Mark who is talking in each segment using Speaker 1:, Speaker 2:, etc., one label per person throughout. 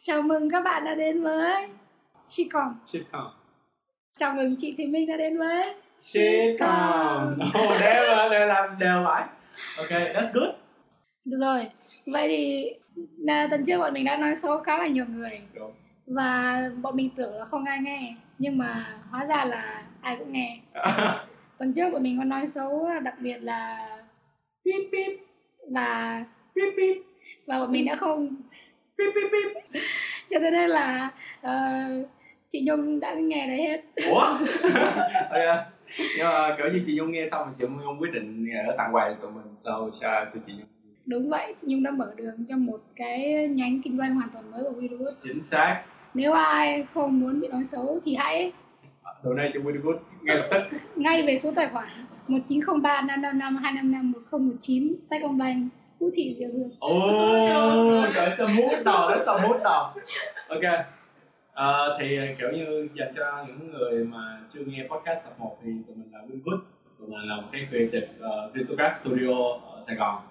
Speaker 1: Chào mừng các bạn đã đến với Chicom.
Speaker 2: Sitcom.
Speaker 1: Chào mừng chị Thùy Minh đã đến với
Speaker 2: Sitcom. Oh, đều mà, đều làm đều mãi. Ok, that's good.
Speaker 1: Được rồi. Vậy thì là tuần trước bọn mình đã nói xấu khá là nhiều người
Speaker 2: Đúng.
Speaker 1: và bọn mình tưởng là không ai nghe nhưng mà hóa ra là ai cũng nghe. Tuần trước bọn mình có nói xấu đặc biệt là
Speaker 2: Beep beep,
Speaker 1: là
Speaker 2: beep beep,
Speaker 1: và bọn mình đã không
Speaker 2: beep beep beep.
Speaker 1: cho nên đây là ờ, chị Nhung đã nghe đấy hết.
Speaker 2: Ủa? ok. Nhưng mà kiểu như chị Nhung nghe xong rồi chị Nhung quyết định ở tặng quà cho tụi mình sau cho tụi chị Nhung.
Speaker 1: Đúng vậy, chị Nhung đã mở đường cho một cái nhánh kinh doanh hoàn toàn mới của WeDoIt.
Speaker 2: Chính xác.
Speaker 1: Nếu ai không muốn bị nói xấu thì hãy
Speaker 2: Donate cho Woody Good ngay lập tức.
Speaker 1: ngay về số tài khoản 1903 555 255 1019 Techcombank Vũ Thị Diệu Hương.
Speaker 2: Ồ, trời sao mút đầu đó sao mút đầu ok Ờ, thì kiểu như dành cho những người mà chưa nghe podcast tập 1 thì tụi mình là Winwood tụi mình là một cái creative uh, Risograph Studio ở Sài Gòn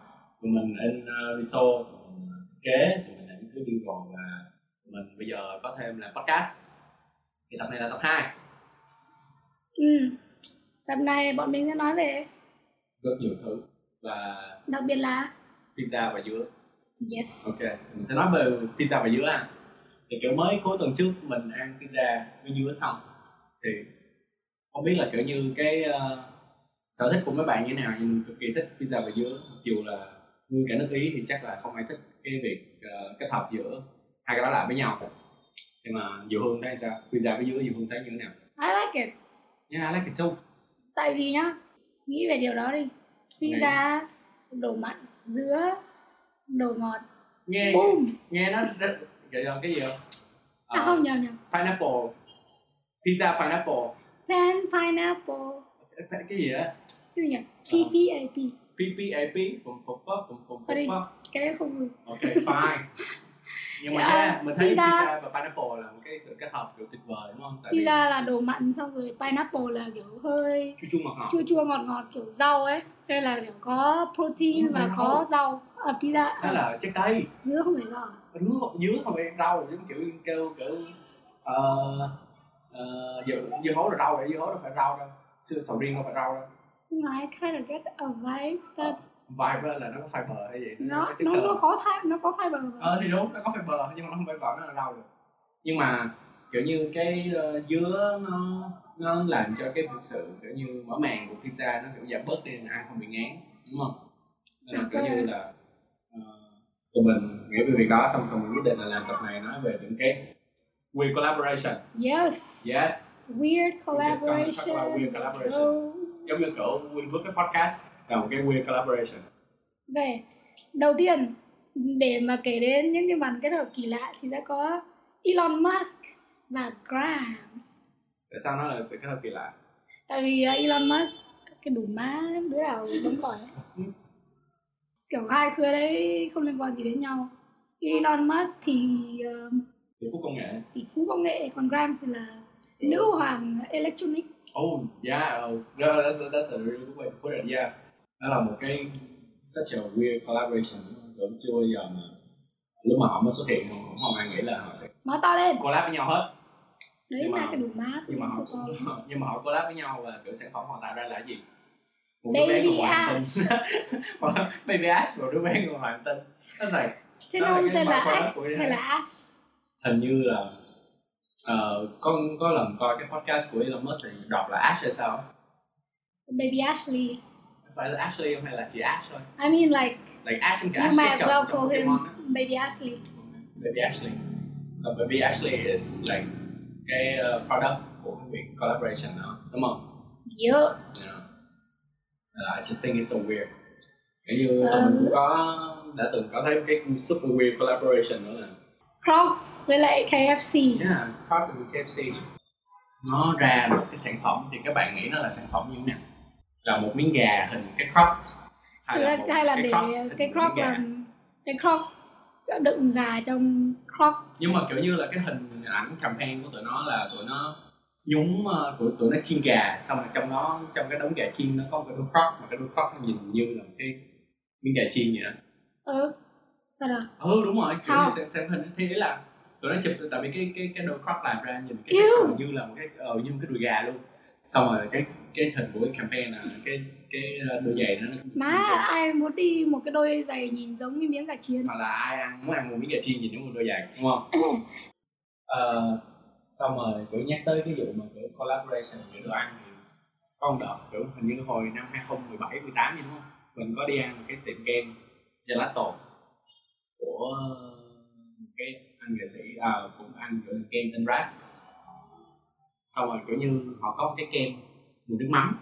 Speaker 2: tụi mình in uh, Riso tụi mình thiết kế tụi mình làm những thứ jingle và tụi mình bây giờ có thêm là podcast thì tập này là tập 2
Speaker 1: Ừ. Tập này bọn mình sẽ nói về
Speaker 2: rất nhiều thứ và
Speaker 1: đặc biệt là
Speaker 2: pizza và dứa
Speaker 1: yes.
Speaker 2: Ok, mình sẽ nói về pizza và dứa ha Thì kiểu mới cuối tuần trước mình ăn pizza với dứa xong Thì không biết là kiểu như cái ờ, sở thích của mấy bạn như thế nào Nhưng mình cực kỳ thích pizza và dứa Mặc dù là người cả nước Ý thì chắc là không ai thích cái việc ờ, kết hợp giữa hai cái đó lại với nhau Nhưng mà Diệu Hương thấy sao? Pizza với dứa Diệu Hương thấy như thế nào?
Speaker 1: I like it.
Speaker 2: Yeah, I like it too
Speaker 1: Tại vì nhá, nghĩ về điều đó đi. Pizza, đồ mặn, dứa, đồ ngọt.
Speaker 2: Nghe,
Speaker 1: Boom.
Speaker 2: nghe nó rất... Kiểu là cái gì không?
Speaker 1: À
Speaker 2: Ờ,
Speaker 1: không nhầm nhầm.
Speaker 2: Pineapple Pizza pineapple
Speaker 1: Pan pineapple.
Speaker 2: Cái gì á?
Speaker 1: Cái gì nhỉ? PPAP.
Speaker 2: PPAP pum pum pum pum pum pum
Speaker 1: Sorry.
Speaker 2: pum
Speaker 1: Cái đấy không vui.
Speaker 2: ok fine nhưng mà
Speaker 1: Dạ,
Speaker 2: yeah, mình thấy
Speaker 1: pizza.
Speaker 2: pizza. và pineapple là một cái sự kết hợp kiểu tuyệt vời đúng không tại vì
Speaker 1: Pizza là đồ mặn xong rồi pineapple là kiểu hơi
Speaker 2: chua chua ngọt ngọt
Speaker 1: chua chua ngọt ngọt kiểu rau ấy đây là kiểu có protein
Speaker 2: Ừ,
Speaker 1: và
Speaker 2: rau.
Speaker 1: có rau à, pizza à,
Speaker 2: đó là trái cây
Speaker 1: dứa không phải rau à?
Speaker 2: dứa không dứa không phải rau giống kiểu kêu kiểu ờ, ờ, dưa dưa hấu là rau vậy dưa hấu đâu phải rau đâu Sữa sầu riêng đâu phải rau đâu
Speaker 1: nhưng mà I kind of get a vibe
Speaker 2: Ờ,
Speaker 1: that
Speaker 2: vibe là nó có fiber hay gì
Speaker 1: nó
Speaker 2: có chất
Speaker 1: nó,
Speaker 2: xơ.
Speaker 1: nó có thai nó có fiber vào.
Speaker 2: ờ thì đúng nó có fiber nhưng mà nó không phải gọi nó là rau được nhưng mà kiểu như cái ờ, dứa nó nó làm cho cái sự kiểu như mở màng của pizza nó kiểu giảm bớt đi nên ăn không bị ngán đúng không nên là
Speaker 1: Dạ
Speaker 2: kiểu
Speaker 1: vâng.
Speaker 2: như là ờ, tụi mình nghĩ về việc đó xong tụi mình quyết định là làm tập này nói về những cái weird collaboration
Speaker 1: yes
Speaker 2: yes
Speaker 1: weird
Speaker 2: just gonna
Speaker 1: collaboration,
Speaker 2: talk about weird collaboration.
Speaker 1: So-
Speaker 2: giống như kiểu Win Book cái podcast là một cái weird collaboration
Speaker 1: ok đầu tiên để mà kể đến những cái màn kết hợp kỳ lạ thì đã có Elon Musk và Grams
Speaker 2: tại sao nó là sự kết hợp kỳ lạ
Speaker 1: tại vì uh, Elon Musk cái đủ má đứa nào đúng rồi ấy. kiểu hai khứa đấy không liên quan gì đến nhau Elon Musk thì uh,
Speaker 2: từ phút công nghệ
Speaker 1: tỷ phú công nghệ còn Grimes thì là nữ hoàng electronic
Speaker 2: Oh yeah, oh, no, that's a, that's a really good way to put it. Yeah, đó là một cái such a weird collaboration cũng chưa bao giờ mà lúc mà họ mới xuất hiện cũng không ai nghĩ là họ sẽ
Speaker 1: nói to lên
Speaker 2: collab với nhau hết
Speaker 1: đấy
Speaker 2: Nhưng mà-
Speaker 1: là cái đủ má của
Speaker 2: nhưng mà họ
Speaker 1: sự to lên.
Speaker 2: nhưng mà họ collab với nhau và kiểu sản phẩm họ tạo ra là gì một đứa bé
Speaker 1: Baby
Speaker 2: của hành tinh
Speaker 1: Ash
Speaker 2: baby ash một đứa bé của hành tinh nó là
Speaker 1: thế
Speaker 2: Đó là
Speaker 1: ông
Speaker 2: cái
Speaker 1: tên là
Speaker 2: micro app
Speaker 1: Ash
Speaker 2: của cái
Speaker 1: hay
Speaker 2: này.
Speaker 1: là Ash
Speaker 2: hình như là ờ, con có lần coi cái podcast của Elon Musk thì đọc là ash hay sao
Speaker 1: baby Ashley
Speaker 2: phải là Ashley không hay là chỉ ash thôi
Speaker 1: I mean like
Speaker 2: like ash trong cả
Speaker 1: you
Speaker 2: ash
Speaker 1: might
Speaker 2: trong,
Speaker 1: as
Speaker 2: trong
Speaker 1: well call him
Speaker 2: Pokemon á.
Speaker 1: baby Ashley
Speaker 2: Baby Ashley. So Baby Ashley is like cái uh, product của cái việc collaboration đó, đúng không?
Speaker 1: yeah
Speaker 2: Yeah. Uh, I just think it's so weird. Kiểu như
Speaker 1: Ờ.
Speaker 2: tụi mình cũng có đã từng có thấy cái super weird collaboration nữa là
Speaker 1: Crocs với lại KFC
Speaker 2: yeah, Crop and KFC nó ra một cái sản phẩm thì các bạn nghĩ nó là sản phẩm như thế nào? Là một miếng gà hình cái Crocs
Speaker 1: Thực ra
Speaker 2: một
Speaker 1: hay là để
Speaker 2: Crocs hình
Speaker 1: cái
Speaker 2: miếng
Speaker 1: croc
Speaker 2: gà?
Speaker 1: là cái croc đựng gà trong croc
Speaker 2: nhưng mà kiểu như là cái hình ảnh campaign của tụi nó là tụi nó nhúng ờ, của tụi nó chiên gà xong rồi trong đó trong cái đống gà chiên nó có một cái đôi croc mà cái đôi croc nó nhìn như là một cái miếng gà chiên vậy đó
Speaker 1: ừ thật à
Speaker 2: ừ đúng rồi kiểu như
Speaker 1: Không.
Speaker 2: xem, xem hình thế là tụi nó chụp tại vì cái cái cái đôi crop làm ra nhìn cái
Speaker 1: Yêu.
Speaker 2: caption như là một cái ờ như một cái đùi gà luôn xong rồi cái cái hình của cái campaign là cái cái đôi giày nó nó cũng
Speaker 1: má
Speaker 2: chiên chiên.
Speaker 1: ai muốn đi một cái đôi giày nhìn giống như miếng gà chiên
Speaker 2: hoặc là ai ăn muốn ăn một miếng gà chiên nhìn nó một đôi giày đúng không Ờ, xong rồi kiểu nhắc tới cái vụ mà kiểu collaboration giữa đồ ăn thì có một đợt kiểu hình như hồi năm 2017 18 gì đúng không mình có đi ăn một cái tiệm kem gelato của một cái anh nghệ sĩ à, cũng ăn kiểu kem tên Rap xong rồi kiểu như họ có một cái kem mùi nước mắm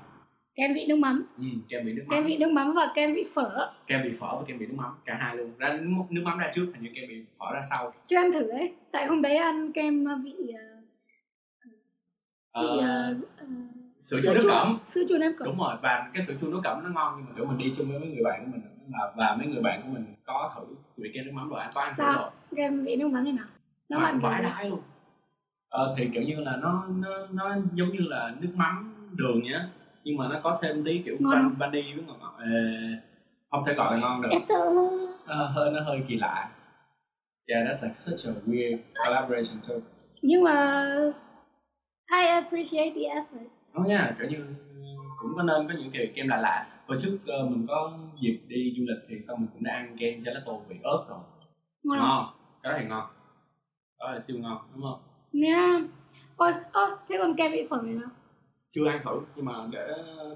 Speaker 1: kem vị nước mắm
Speaker 2: ừ, kem bị nước mắm
Speaker 1: kem vị nước mắm và kem vị phở
Speaker 2: kem bị phở và kem bị nước mắm cả hai luôn ra nước nước mắm ra trước hình như kem bị phở ra sau
Speaker 1: chưa ăn thử ấy tại hôm đấy ăn kem ờ, vị ờ, vị
Speaker 2: Ờ,
Speaker 1: ờ, ờ,
Speaker 2: sữa chua nước cẩm
Speaker 1: sữa chua nếp cẩm
Speaker 2: đúng rồi và cái sữa chua nước cẩm nó ngon nhưng mà kiểu mình đi chung với mấy người bạn của mình và, và mấy người bạn của mình có thử vị kem nước mắm rồi ăn có ăn thử
Speaker 1: Sao?
Speaker 2: rồi
Speaker 1: kem vị nước mắm như nào nó
Speaker 2: Mà
Speaker 1: bạn
Speaker 2: vãi
Speaker 1: gì
Speaker 2: đái luôn ờ, thì kiểu như là nó nó nó giống như là nước mắm đường nhá nhưng mà nó có thêm tí kiểu
Speaker 1: Ngon
Speaker 2: van,
Speaker 1: không?
Speaker 2: vani với ngọt ngọt Ờ, không thể gọi là ngon được
Speaker 1: Ethel.
Speaker 2: Ờ, hơi nó hơi kỳ lạ yeah that's like such a weird collaboration too
Speaker 1: nhưng mà I appreciate the effort
Speaker 2: đúng nha kiểu như cũng có nên có những kiểu kem lạ lạ hồi trước ờ, mình có dịp đi du lịch thì xong mình cũng đã ăn kem gelato vị ớt rồi
Speaker 1: ngon không
Speaker 2: ngon cái đó thì ngon đó là siêu ngon đúng không
Speaker 1: nha ôi ôi thế còn kem vị phở thì sao
Speaker 2: chưa ăn thử nhưng mà để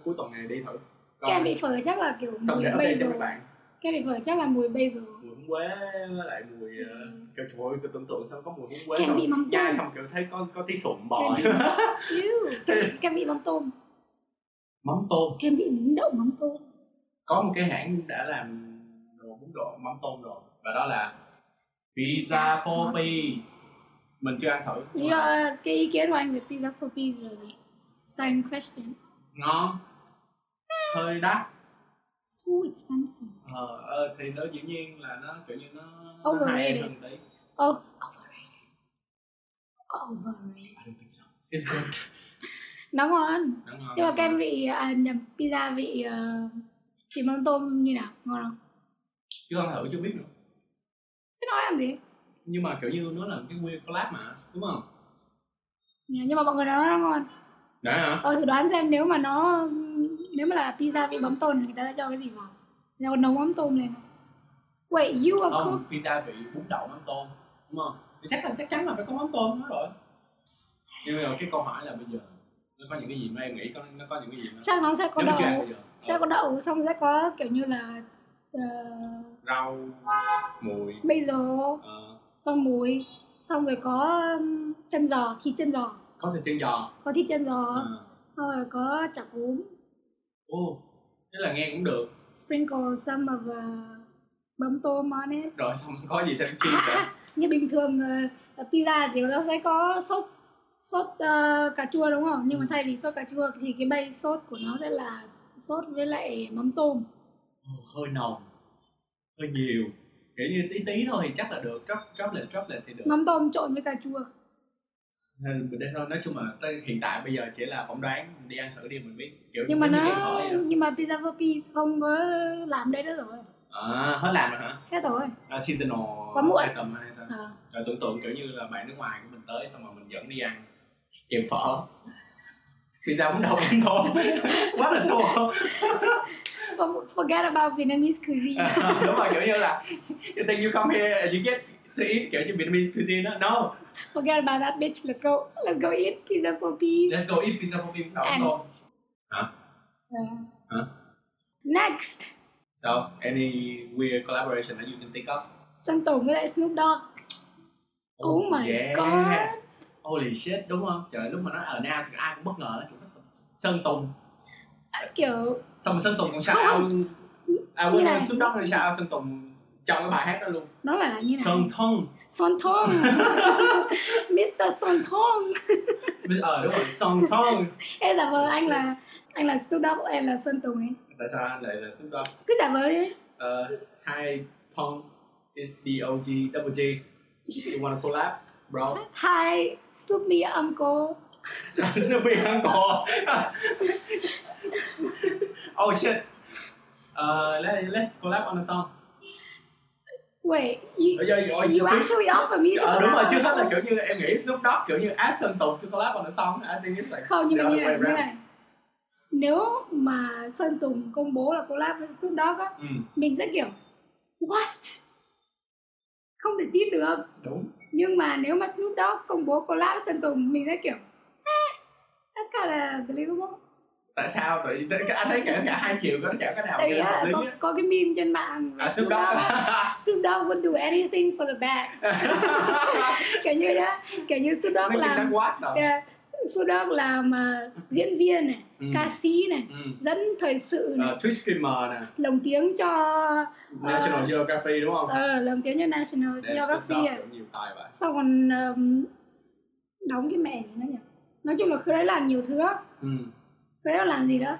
Speaker 2: cuối tuần này đi thử Còn-
Speaker 1: kem vị phở chắc là kiểu
Speaker 2: xong
Speaker 1: mùi
Speaker 2: để update cho
Speaker 1: basil
Speaker 2: các bạn
Speaker 1: kem vị phở chắc là mùi basil
Speaker 2: mùi húng quế với lại mùi ờ, trời ơi tôi tưởng tượng xong có mùi húng quế
Speaker 1: kem
Speaker 2: xong
Speaker 1: vị mắm
Speaker 2: nhai
Speaker 1: tôm
Speaker 2: xong kiểu thấy có có tí sụn
Speaker 1: kem
Speaker 2: bò
Speaker 1: vị mắm Ew, kem vị- kem vị mắm tôm
Speaker 2: mắm tôm
Speaker 1: kem vị bún đậu mắm tôm
Speaker 2: có một cái hãng đã làm đồ bún đậu mắm tôm rồi và đó là pizza for peas mình chưa ăn thử nhưng
Speaker 1: Lý
Speaker 2: mà
Speaker 1: do ờ, cái ý kiến của anh về pizza for peas là gì? Same question.
Speaker 2: ngon hơi đắt
Speaker 1: So expensive.
Speaker 2: ờ, ờ, thì nó dĩ nhiên là nó kiểu như nó nó high
Speaker 1: Overrated.
Speaker 2: end hơn tí
Speaker 1: Oh, overrated. Overrated.
Speaker 2: I don't think so it's good
Speaker 1: Nó ngon.
Speaker 2: nó ngon
Speaker 1: Nhưng mà
Speaker 2: nó
Speaker 1: kem
Speaker 2: ngon.
Speaker 1: vị à, nhầm pizza vị uh, vị mắm tôm như nào? Ngon không?
Speaker 2: chưa ăn thử chưa biết nữa
Speaker 1: Cái nói làm gì?
Speaker 2: nhưng mà kiểu như nó là một cái weird collab mà đúng không
Speaker 1: Nhờ- Nhưng mà mọi người nói nó ngon.
Speaker 2: đã hả
Speaker 1: Ờ thử đoán xem nếu mà nó nếu mà là pizza vị mắm tôm thì người ta sẽ cho cái gì vào? Người ta còn nấu mắm tôm lên. không? Wait, you are cook.
Speaker 2: không pizza vị bún đậu mắm tôm đúng không thì chắc là chắc chắn là phải có mắm tôm nó rồi nhưng mà cái câu hỏi là bây giờ nó có những cái gì mà em nghĩ có nó có những cái gì mà
Speaker 1: Chắc nó sẽ có
Speaker 2: nếu mà chưa ăn
Speaker 1: đậu,
Speaker 2: bây giờ
Speaker 1: sẽ
Speaker 2: ờ,
Speaker 1: có đậu xong sẽ có kiểu như là ờ,
Speaker 2: rau mùi
Speaker 1: bây giờ
Speaker 2: ờ,
Speaker 1: có muối xong rồi có um, chân giò thịt chân giò
Speaker 2: có thịt chân giò
Speaker 1: có thịt chân giò
Speaker 2: Ờ.
Speaker 1: xong rồi có chả cúm
Speaker 2: Ồ, thế là nghe cũng được
Speaker 1: sprinkle some of uh, bấm tôm on it
Speaker 2: rồi xong có gì thêm chi
Speaker 1: à,
Speaker 2: nữa
Speaker 1: à, như bình thường ờ, pizza thì nó sẽ có sốt sốt ờ, cà chua đúng không nhưng mà
Speaker 2: Ừ.
Speaker 1: thay vì sốt cà chua thì cái base sốt của nó sẽ là sốt với lại mắm tôm
Speaker 2: Ồ, Ờ, hơi nồng hơi nhiều kiểu như tí tí thôi thì chắc là được drop drop lên drop lên thì được
Speaker 1: mắm tôm trộn với cà chua
Speaker 2: Nên mình đây thôi nói chung là tới hiện tại bây giờ chỉ là phỏng đoán mình đi ăn thử đi mình biết kiểu
Speaker 1: nhưng mà
Speaker 2: giống
Speaker 1: nó
Speaker 2: như kem phở vậy đó.
Speaker 1: nhưng mà pizza for peas không có làm đấy nữa rồi
Speaker 2: à, hết làm rồi hả
Speaker 1: hết rồi
Speaker 2: à, seasonal
Speaker 1: Quá muộn.
Speaker 2: item hay sao
Speaker 1: Ờ.
Speaker 2: rồi tưởng tượng kiểu như là bạn nước ngoài của mình tới xong rồi mình dẫn đi ăn kem phở pizza bún đậu bún tôm quá là tour
Speaker 1: forget about Vietnamese cuisine
Speaker 2: À, đúng rồi kiểu như là you think you come here and you get to eat kiểu như Vietnamese cuisine đó no
Speaker 1: Forget about that bitch. Let's go. Let's go eat pizza for peas.
Speaker 2: let's go eat pizza for people đậu
Speaker 1: Ăn.
Speaker 2: tôm
Speaker 1: Next,
Speaker 2: so any weird collaboration that you can think of
Speaker 1: Sơn Tùng với lại Snoop Dogg. Oh, my god.
Speaker 2: holy shit đúng không trời lúc mà nó ở now thì ai cũng bất ngờ nó kiểu "What the f- Sơn Tùng
Speaker 1: À, kiểu
Speaker 2: xong rồi Sơn Tùng còn shout
Speaker 1: Không.
Speaker 2: out à
Speaker 1: Như
Speaker 2: quên
Speaker 1: này.
Speaker 2: quên xuống đó rồi shout out Sơn Tùng trong cái bài hát đó luôn
Speaker 1: nó phải là như này.
Speaker 2: Sơn Tùng
Speaker 1: Sơn Tùng. Mr. Sơn Tùng.
Speaker 2: bây giờ ờ, đúng rồi Sơn Tùng
Speaker 1: Ê giả vờ anh là anh là Snoop Dogg, em là Sơn Tùng ấy.
Speaker 2: tại sao anh lại là Snoop Dogg
Speaker 1: Cứ giả vờ đi.
Speaker 2: uh, hi Tom is D O G double G. You wanna collab, bro?
Speaker 1: Hi, Snoop me uncle.
Speaker 2: Snoopy uncle. Ờ, oh shit. Uh, let, let's collab on a song.
Speaker 1: wait you,
Speaker 2: bây giờ rồi
Speaker 1: you
Speaker 2: chứ
Speaker 1: actually offer me to
Speaker 2: Ờ, đúng
Speaker 1: collab
Speaker 2: rồi
Speaker 1: on
Speaker 2: trước
Speaker 1: a
Speaker 2: hết là
Speaker 1: song.
Speaker 2: kiểu như em nghĩ Snoop Dogg kiểu như ask them to, to collab on a song I think it's like
Speaker 1: không nhưng
Speaker 2: the
Speaker 1: mà như
Speaker 2: other
Speaker 1: này
Speaker 2: way
Speaker 1: như
Speaker 2: around.
Speaker 1: này nếu mà Sơn Tùng công bố là collab với Snoop Dogg á
Speaker 2: ừ,
Speaker 1: mình sẽ kiểu what không thể tin được
Speaker 2: đúng
Speaker 1: nhưng mà nếu mà Snoop Dogg công bố collab với Sơn Tùng mình sẽ kiểu eh, that's kinda believable
Speaker 2: tại sao tại vì tại- anh thấy cả cả hai chiều có chả cái nào
Speaker 1: tại vì à,
Speaker 2: cái
Speaker 1: á,
Speaker 2: hợp lý
Speaker 1: có,
Speaker 2: á.
Speaker 1: có cái meme trên mạng
Speaker 2: à Snoop Dogg
Speaker 1: Snoop Dogg would do anything for the bag kiểu như đó kiểu như Snoop
Speaker 2: nó
Speaker 1: Dogg
Speaker 2: chừng đang
Speaker 1: làm
Speaker 2: quát rồi
Speaker 1: yeah, Snoop Dogg làm à, diễn viên này
Speaker 2: ừ.
Speaker 1: ca sĩ này
Speaker 2: ừ.
Speaker 1: dẫn thời sự này
Speaker 2: Ờ, Twitch streamer nè
Speaker 1: lồng tiếng cho
Speaker 2: National Geography đúng không
Speaker 1: À. ờ, lồng tiếng cho National
Speaker 2: Để em Snoop
Speaker 1: Geographic
Speaker 2: Dogg
Speaker 1: à.
Speaker 2: cũng nhiều tài vậy
Speaker 1: xong còn ờm, đóng cái mẹ gì nữa nhỉ nói chung là khứa đấy làm nhiều thứ á.
Speaker 2: ừ.
Speaker 1: khứa đấy làm gì đó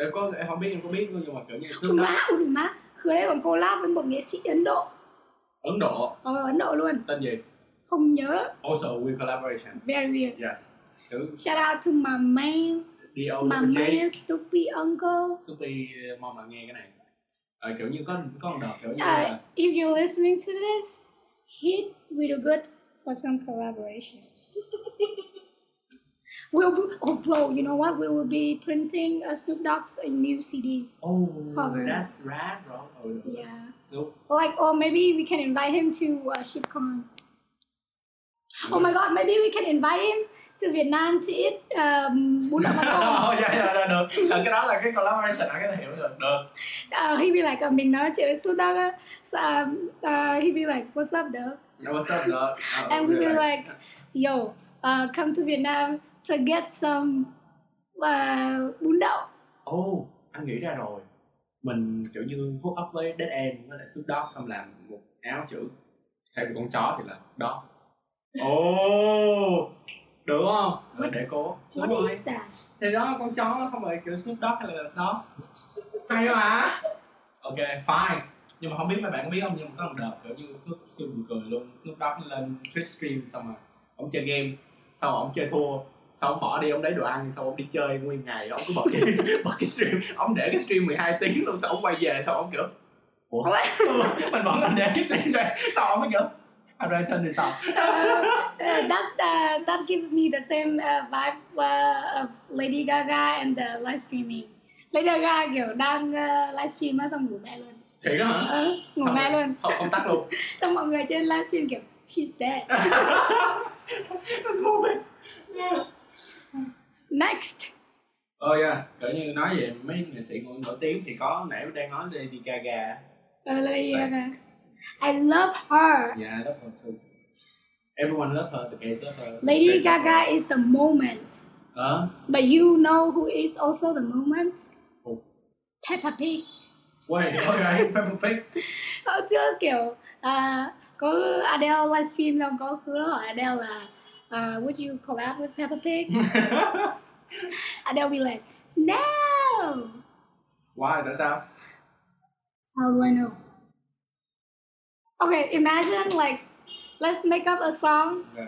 Speaker 2: em có em không biết em có biết nhưng mà kiểu như
Speaker 1: ui
Speaker 2: Snoop Dogg
Speaker 1: má ui má khứa đấy còn collab với một nghệ sĩ Ấn Độ
Speaker 2: Ấn Độ
Speaker 1: ở Ấn Độ luôn
Speaker 2: tên gì
Speaker 1: không nhớ
Speaker 2: also we collaboration
Speaker 1: very weird
Speaker 2: yes kiểu
Speaker 1: shout out to my man
Speaker 2: D.O.
Speaker 1: my
Speaker 2: double J
Speaker 1: man stupid uncle
Speaker 2: Snoopy mong bạn nghe cái này Ờ, kiểu như có có một đợt kiểu như
Speaker 1: Ờ,
Speaker 2: là
Speaker 1: If you're listening to this, hit with a good for some collaboration. we'll be, oh bro, you know what? We will be printing a Snoop Dogg's a new CD.
Speaker 2: oh
Speaker 1: Cover.
Speaker 2: that's rad bro oh, no.
Speaker 1: Yeah.
Speaker 2: Snoop
Speaker 1: Like, or maybe we can invite him to uh, ShipCon. Oh my god, maybe we can invite him to Vietnam to eat um, bún đậu mắm tôm.
Speaker 2: oh, dạ dạ được được Ờ, cái đó là cái collaboration ở cái này hiểu được được
Speaker 1: Uh, he'd be like, uh, mình nói chuyện với Snoop Dogg. á. So, um, uh, he'd be like, what's up, Doug?
Speaker 2: no what's up được Ờ,
Speaker 1: and we
Speaker 2: được.
Speaker 1: were like, yo, uh, come to Vietnam to get some uh, bún đậu.
Speaker 2: oh anh nghĩ ra rồi mình kiểu như hook up với Dead End với lại Snoop Dogg xong làm một áo chữ theo một con chó thì là đó oh được không Ờ, để cố
Speaker 1: What
Speaker 2: Đúng rồi.
Speaker 1: is that?
Speaker 2: thì đó con chó không phải kiểu Snoop Dogg hay là đó hay mà ok fine nhưng mà không biết mấy bạn có biết không nhưng mà có một đợt kiểu như Snoop siêu buồn cười luôn Snoop Dogg lên Twitch stream xong rồi ông chơi game xong rồi ông chơi thua xong ông bỏ đi ông lấy đồ ăn xong ông đi chơi nguyên ngày ông cứ bật cái, bật cái stream ông để cái stream 12 tiếng luôn xong ông quay về xong ông kiểu ủa mình vẫn còn để cái stream này xong ông mới kiểu I don't turn this off
Speaker 1: Uh, uh, that uh, that gives me the same uh, vibe uh, of Lady Gaga and the live streaming. Lady Gaga kiểu đang uh, live stream á, xong ngủ mẹ luôn.
Speaker 2: thiệt á hả
Speaker 1: Ờ, ngủ
Speaker 2: Xong
Speaker 1: mẹ
Speaker 2: rồi-
Speaker 1: luôn.
Speaker 2: không không tắt luôn
Speaker 1: Xong mọi người trên live stream kiểu she's dead.
Speaker 2: That's moment yeah.
Speaker 1: Next.
Speaker 2: Ờ yeah, cỡ như nói về mấy nghệ sĩ nổi, nổi tiếng thì có nãy đang nói Lady Gaga
Speaker 1: Uh, Lady Gaga. I love her.
Speaker 2: Yeah, I Dạ, love her too Everyone love her, the gays love her
Speaker 1: Lady
Speaker 2: Straight love her.
Speaker 1: Gaga is the moment.
Speaker 2: Ờ,
Speaker 1: But you know who is also the movement?
Speaker 2: Who?
Speaker 1: Peppa Pig.
Speaker 2: wait, ok, Peppa Pig
Speaker 1: Họ chưa kiểu à, có Adele livestream xong có hứa hỏi Adele là à, Uh, Would you collab with Peppa Pig? Adele be like, No!
Speaker 2: Why, tại sao?
Speaker 1: How do I know? Okay, imagine like let's make up a song.
Speaker 2: Okay.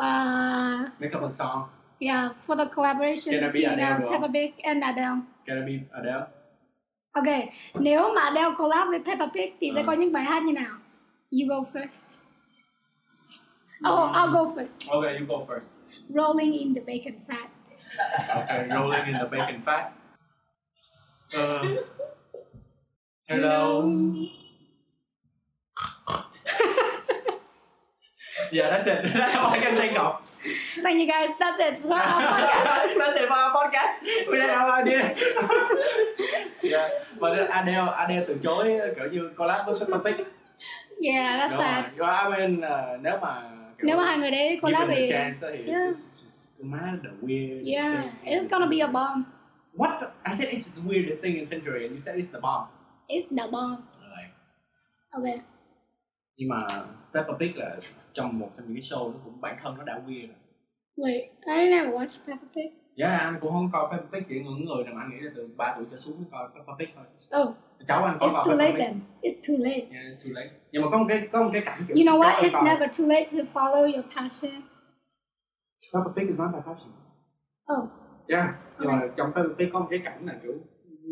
Speaker 1: Uh,
Speaker 2: Make up a song
Speaker 1: yeah, for the collaboration
Speaker 2: Can I be
Speaker 1: between
Speaker 2: Adele
Speaker 1: uh,
Speaker 2: được
Speaker 1: Peppa
Speaker 2: không?
Speaker 1: Pig and Adele.
Speaker 2: Can I be Adele?
Speaker 1: Ok, nếu mà Adele collab với Peppa Pig thì sẽ
Speaker 2: Ờ.
Speaker 1: có những bài hát như nào? You go first. Oh, I'll go first.
Speaker 2: Ok, you go first
Speaker 1: Rolling in the bacon fat.
Speaker 2: Ok, rolling in the bacon fat Ờ Hello Yeah, that's it That's all I can think of
Speaker 1: Thank you guys, that's it for our podcast.
Speaker 2: That's it for our podcast. We don't have idea. yeah. Mà đến Adele, Adele từ chối kiểu như collab với Peppa Pig.
Speaker 1: Dạ, Yeah, that's sad.
Speaker 2: rồi. Well, I mean, ờ, nếu mà kiểu
Speaker 1: dạ. Nếu mà hai người đấy collab
Speaker 2: given the
Speaker 1: thì...
Speaker 2: chance thì
Speaker 1: Yeah.
Speaker 2: it's, it's just the man, the weirdest
Speaker 1: Yeah,
Speaker 2: thing. in
Speaker 1: it's gonna be a
Speaker 2: century.
Speaker 1: bomb.
Speaker 2: What? I said it's the weirdest thing in century and you said it's the bomb.
Speaker 1: It's the bomb.
Speaker 2: Like,
Speaker 1: Ok.
Speaker 2: nhưng mà Peppa Pig là trong một trong những cái show nó cũng bản thân nó đã weird rồi.
Speaker 1: Wait, I never watched Peppa Pig.
Speaker 2: Dạ anh cũng không coi Peppa Pig chỉ những người nào mà anh nghĩ là từ 3 tuổi trở xuống mới coi Peppa Pig thôi.
Speaker 1: Oh,
Speaker 2: Cháu anh có
Speaker 1: it's
Speaker 2: coi
Speaker 1: too
Speaker 2: Peppa
Speaker 1: late
Speaker 2: Pig.
Speaker 1: then. It's too late.
Speaker 2: Yeah, it's too late. Nhưng mà có một cái có một cái cảnh kiểu
Speaker 1: You know
Speaker 2: cháu
Speaker 1: what?
Speaker 2: anh
Speaker 1: It's
Speaker 2: coi.
Speaker 1: never too late to follow your passion.
Speaker 2: Peppa Pig is not my passion.
Speaker 1: Oh,
Speaker 2: Yeah, nhưng mà trong Peppa Pig có một cái cảnh là kiểu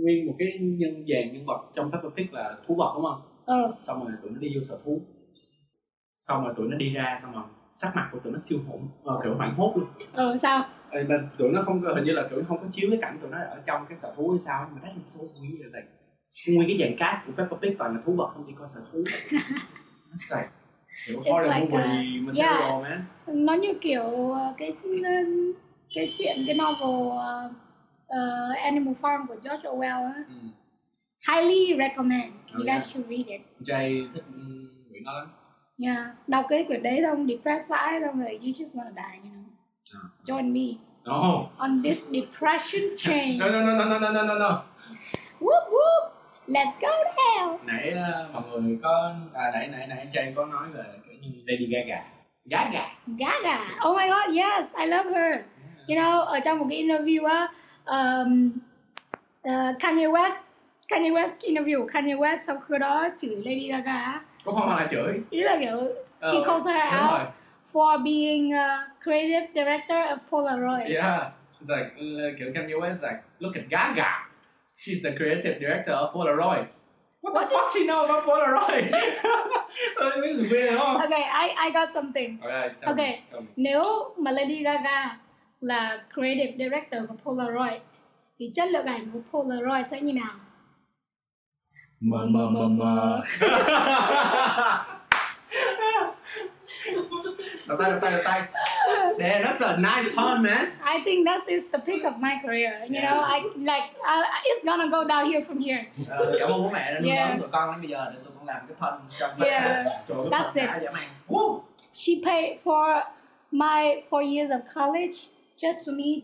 Speaker 2: nguyên một cái nhân dàn nhân vật trong Peppa Pig là thú vật đúng không?
Speaker 1: ờ
Speaker 2: xong rồi tụi nó đi vô sở thú xong rồi tụi nó đi ra xong rồi sắc mặt của tụi nó siêu hỗn ờ, kiểu hoảng hốt luôn
Speaker 1: ờ oh, sao
Speaker 2: Ờ, mà tụi nó không có hình như là kiểu không có chiếu cái cảnh tụi nó ở trong cái sở thú hay sao ấy, mà rất là xấu quý là nguyên cái dàn cast của Peppa Pig toàn là thú vật không đi coi sở thú Sạch. kiểu
Speaker 1: It's
Speaker 2: horror
Speaker 1: like a-
Speaker 2: movie mình sẽ
Speaker 1: yeah.
Speaker 2: đồ man
Speaker 1: nó như kiểu ờ, cái cái chuyện cái novel ờ, ờ, Animal Farm của George Orwell á
Speaker 2: ừ.
Speaker 1: highly recommend you
Speaker 2: Oh,
Speaker 1: guys should read it
Speaker 2: Jay thích ừ, Nguyễn nó lắm
Speaker 1: yeah đọc cái quyển đấy xong depressed vãi xong rồi you just wanna die you know
Speaker 2: À.
Speaker 1: join me
Speaker 2: no.
Speaker 1: on this depression train
Speaker 2: no no no no no no no no no
Speaker 1: whoop whoop let's go to hell
Speaker 2: nãy ờ, mọi người có à, nãy nãy nãy Jay có nói về kiểu như Lady Gaga Gaga
Speaker 1: Gaga oh my god yes I love her you know ở trong một cái interview á um, ờ, Kanye West Kanye West interview của Kanye West xong khi đó chửi Lady Gaga á.
Speaker 2: có không là chửi
Speaker 1: ý là kiểu
Speaker 2: Ờ,
Speaker 1: he calls her
Speaker 2: đúng
Speaker 1: out
Speaker 2: rồi
Speaker 1: for being a creative director of Polaroid
Speaker 2: Yeah, it's like uh, kiểu Kanye West like look at Gaga, she's the creative director of Polaroid. What,
Speaker 1: What
Speaker 2: the fuck she know about Polaroid? this is weird. Oh.
Speaker 1: okay I I got something
Speaker 2: Okay, tell
Speaker 1: Okay.
Speaker 2: me, tell me.
Speaker 1: nếu mà Lady Gaga là creative director của Polaroid thì chất lượng ảnh của Polaroid sẽ như nào
Speaker 2: Mờ mờ mờ mờ. đập tay đập tay đập tay. Damn, that's a nice pun, man.
Speaker 1: I think that is the peak of my career you know I like I, it's gonna go down here from here
Speaker 2: Ờ, cảm ơn bố mẹ đã nuôi
Speaker 1: Yeah.
Speaker 2: nấng tụi con đến bây giờ để tụi con làm cái pun trong
Speaker 1: Yeah.
Speaker 2: podcast. Trời ơi,
Speaker 1: That's
Speaker 2: cái pun đã dã man. Woo.
Speaker 1: she paid for my four years of college just for me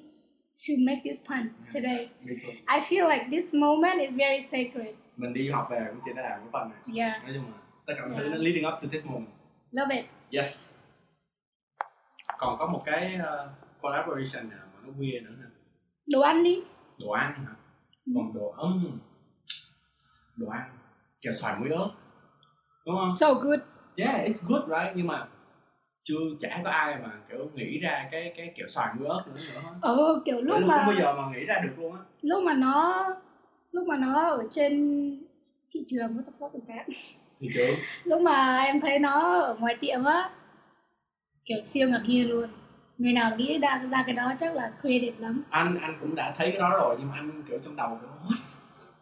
Speaker 1: to make this pun today
Speaker 2: Me too.
Speaker 1: I feel like this moment is very sacred
Speaker 2: Mình đi học về cũng chỉ để làm cái pun này.
Speaker 1: yeah
Speaker 2: nói chung là tất cả mọi thứ
Speaker 1: Dạ.
Speaker 2: nó leading up to this moment
Speaker 1: love it
Speaker 2: yes còn có một cái ờ, collaboration nào mà nó weird nữa ha
Speaker 1: đồ ăn đi
Speaker 2: đồ ăn hả
Speaker 1: Ừ.
Speaker 2: còn đồ ấm đồ ăn kẹo xoài muối ớt đúng không
Speaker 1: so good
Speaker 2: yeah it's good right nhưng mà chưa chả có ai mà kiểu nghĩ ra cái cái kẹo xoài muối ớt nữa nữa hết.
Speaker 1: ờ kiểu lúc
Speaker 2: Kiểu
Speaker 1: mà
Speaker 2: không bao giờ mà nghĩ ra được luôn á
Speaker 1: lúc mà nó lúc mà nó ở trên thị trường what the fuck is that
Speaker 2: thì kiểu
Speaker 1: lúc mà em thấy nó ở ngoài tiệm á kiểu siêu ngạc nhiên luôn người nào nghĩ ra ra cái đó chắc là creative lắm
Speaker 2: anh anh cũng đã thấy cái đó rồi nhưng mà anh kiểu trong đầu kiểu what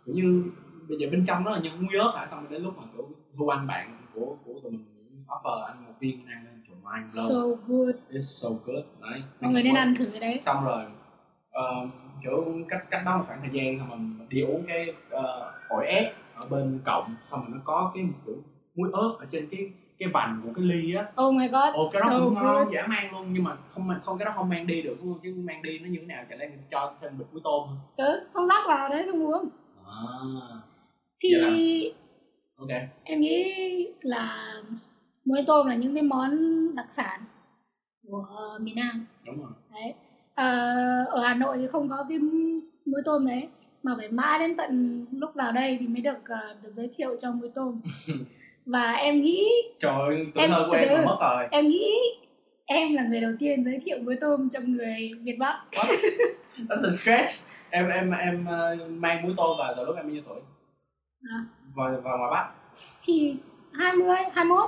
Speaker 2: kiểu như bây giờ bên trong đó là nhân muối ớt hả xong rồi đến lúc mà kiểu thu anh bạn của của tụi mình offer anh một viên anh ăn lên trời mai lâu
Speaker 1: so good
Speaker 2: it's so good đấy
Speaker 1: mọi người nên ăn thử cái đấy
Speaker 2: xong rồi ờ, kiểu cách cách đó một khoảng thời gian thôi mà mình đi uống cái ờ, ổi ép ở bên cộng xong rồi nó có cái kiểu muối ớt ở trên cái cái vành của cái ly á
Speaker 1: oh my god
Speaker 2: ồ cái đó
Speaker 1: so
Speaker 2: cũng ờ,
Speaker 1: good
Speaker 2: ngon dã man luôn nhưng mà không mang- không cái đó không mang đi được đúng không chứ mang đi nó như thế nào chả lẽ mình cho thêm bịch muối tôm hả?
Speaker 1: ừ, xong rắc vào đấy xong uống
Speaker 2: À,
Speaker 1: thì
Speaker 2: Dạ. ok
Speaker 1: em nghĩ là muối tôm là những cái món đặc sản của miền Nam
Speaker 2: đúng rồi
Speaker 1: đấy Ờ, ở Hà Nội thì không có cái muối tôm đấy mà phải mãi đến tận lúc vào đây thì mới được ờ, được giới thiệu cho muối tôm và em nghĩ
Speaker 2: trời ơi tuổi
Speaker 1: Em-
Speaker 2: thơ của
Speaker 1: từ
Speaker 2: em
Speaker 1: từ.
Speaker 2: mà mất rồi
Speaker 1: em nghĩ em là người đầu tiên giới thiệu muối tôm cho người Việt Bắc
Speaker 2: What? that's a stretch em em em ờ, mang muối tôm vào từ lúc em bao nhiêu tuổi
Speaker 1: À.
Speaker 2: vào vào ngoài bắc
Speaker 1: thì 20, 21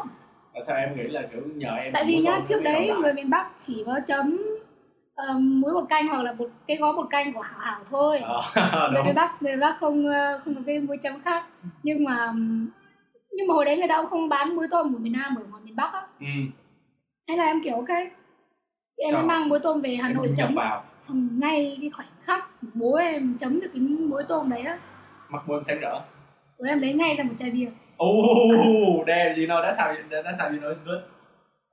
Speaker 2: và sao em nghĩ là kiểu nhờ em
Speaker 1: tại
Speaker 2: mà
Speaker 1: vì
Speaker 2: muối
Speaker 1: nhá
Speaker 2: tôm
Speaker 1: trước
Speaker 2: mới
Speaker 1: đấy
Speaker 2: đồng
Speaker 1: người miền Bắc chỉ có chấm ờ, muối bột canh hoặc là bột cái gói bột canh của Hảo Hảo thôi
Speaker 2: Ờ,
Speaker 1: người
Speaker 2: đúng Ừ.
Speaker 1: miền Bắc người miền Bắc không ờ, không có cái muối chấm khác nhưng mà nhưng mà hồi đấy người ta cũng không bán muối tôm của miền Nam ở ngoài miền Bắc á
Speaker 2: ừ
Speaker 1: Thế là em kiểu ok Em
Speaker 2: Sao?
Speaker 1: mới mang muối tôm về Hà
Speaker 2: em
Speaker 1: Nội
Speaker 2: cũng nhập
Speaker 1: chấm
Speaker 2: vào
Speaker 1: Xong ngay cái khoảnh khắc bố em chấm được cái muối tôm đấy á
Speaker 2: mặt bơm sáng rỡ
Speaker 1: Bố em lấy ngay ra một chai bia
Speaker 2: oh damn you know that's how you, that's how you know it's good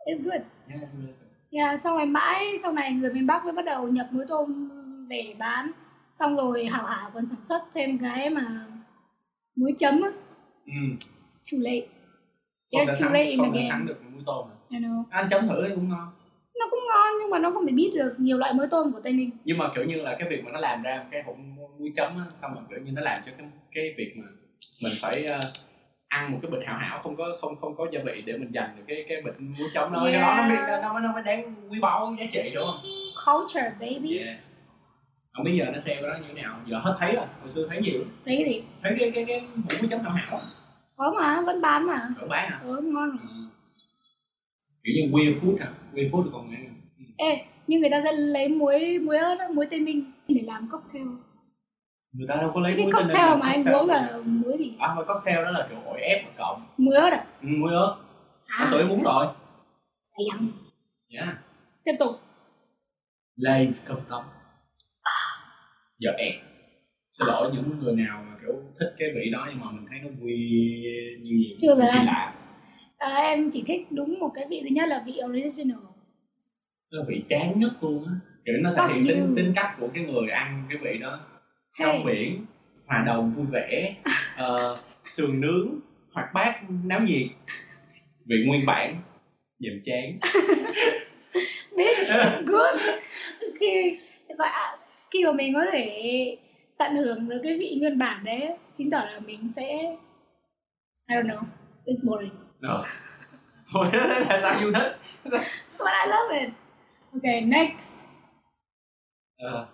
Speaker 1: It's good
Speaker 2: yeah it's really good
Speaker 1: yeah, Xong rồi mãi sau này người miền Bắc mới bắt đầu nhập muối tôm về để bán Xong rồi Hảo Hảo còn sản xuất thêm cái mà muối chấm á
Speaker 2: ừ
Speaker 1: Too late
Speaker 2: không
Speaker 1: You're
Speaker 2: thể
Speaker 1: too
Speaker 2: thắng
Speaker 1: late in
Speaker 2: không
Speaker 1: the
Speaker 2: thể
Speaker 1: game
Speaker 2: thắng được muối tôm hả?
Speaker 1: I know
Speaker 2: anh chấm thử thì cũng ngon
Speaker 1: Nó cũng ngon nhưng mà nó không thể biết được nhiều loại muối tôm của Tây Ninh
Speaker 2: nhưng mà kiểu như là cái việc mà nó làm ra một cái hũ muối chấm á xong rồi kiểu như nó làm cho cái cái việc mà mình phải ờ, ăn một cái bịch hảo hảo không có không không có gia vị để mình dành được cái cái bịch muối chấm đó cái đó nó mới
Speaker 1: Yeah.
Speaker 2: nó mới nó mới đáng quý báu giá trị đúng không
Speaker 1: Culture baby
Speaker 2: yeah. không biết giờ nó sale cái đó như thế nào giờ hết thấy rồi hồi xưa thấy nhiều lắm.
Speaker 1: Thấy cái gì?
Speaker 2: thấy cái cái cái hũ muối chấm hảo hảo á.
Speaker 1: có mà vẫn bán mà
Speaker 2: vẫn bán hả
Speaker 1: ừ, ngon mà.
Speaker 2: Ờ. kiểu như weird food hả weird food được còn nghe không? Ừ.
Speaker 1: ê nhưng người ta sẽ lấy muối muối ớt á, muối tây ninh để làm cocktail
Speaker 2: người ta đâu có
Speaker 1: Thế
Speaker 2: lấy
Speaker 1: cái
Speaker 2: muối tinh
Speaker 1: cocktail
Speaker 2: làm
Speaker 1: mà anh
Speaker 2: cocktail.
Speaker 1: uống là muối gì
Speaker 2: à mà cocktail đó là kiểu ổi ép và cộng
Speaker 1: muối ớt à
Speaker 2: ừ, muối ớt anh
Speaker 1: à
Speaker 2: tưởng em uống rồi
Speaker 1: phải dặn dạ.
Speaker 2: yeah
Speaker 1: tiếp tục
Speaker 2: Lays không tâm giờ ẹt xin lỗi những người nào mà kiểu thích cái vị đó nhưng mà mình thấy nó quy như gì
Speaker 1: Chưa giờ
Speaker 2: kỳ
Speaker 1: ăn.
Speaker 2: lạ
Speaker 1: à, em chỉ thích đúng một cái vị thứ nhất là vị original
Speaker 2: nó là vị chán nhất luôn á kiểu nó
Speaker 1: Fuck
Speaker 2: thể hiện tính,
Speaker 1: you.
Speaker 2: tính cách của cái người ăn cái vị đó
Speaker 1: hey
Speaker 2: trong biển hòa đồng vui vẻ ờ, sườn nướng hoạt bát náo nhiệt vị nguyên bản dèm chán
Speaker 1: bitch is good khi gọi à, khi mà mình có thể tận hưởng được cái vị nguyên bản đấy chứng tỏ là mình sẽ I don't know it's boring
Speaker 2: Ôi, tại sao yêu thích
Speaker 1: but I love it okay next
Speaker 2: Ờ,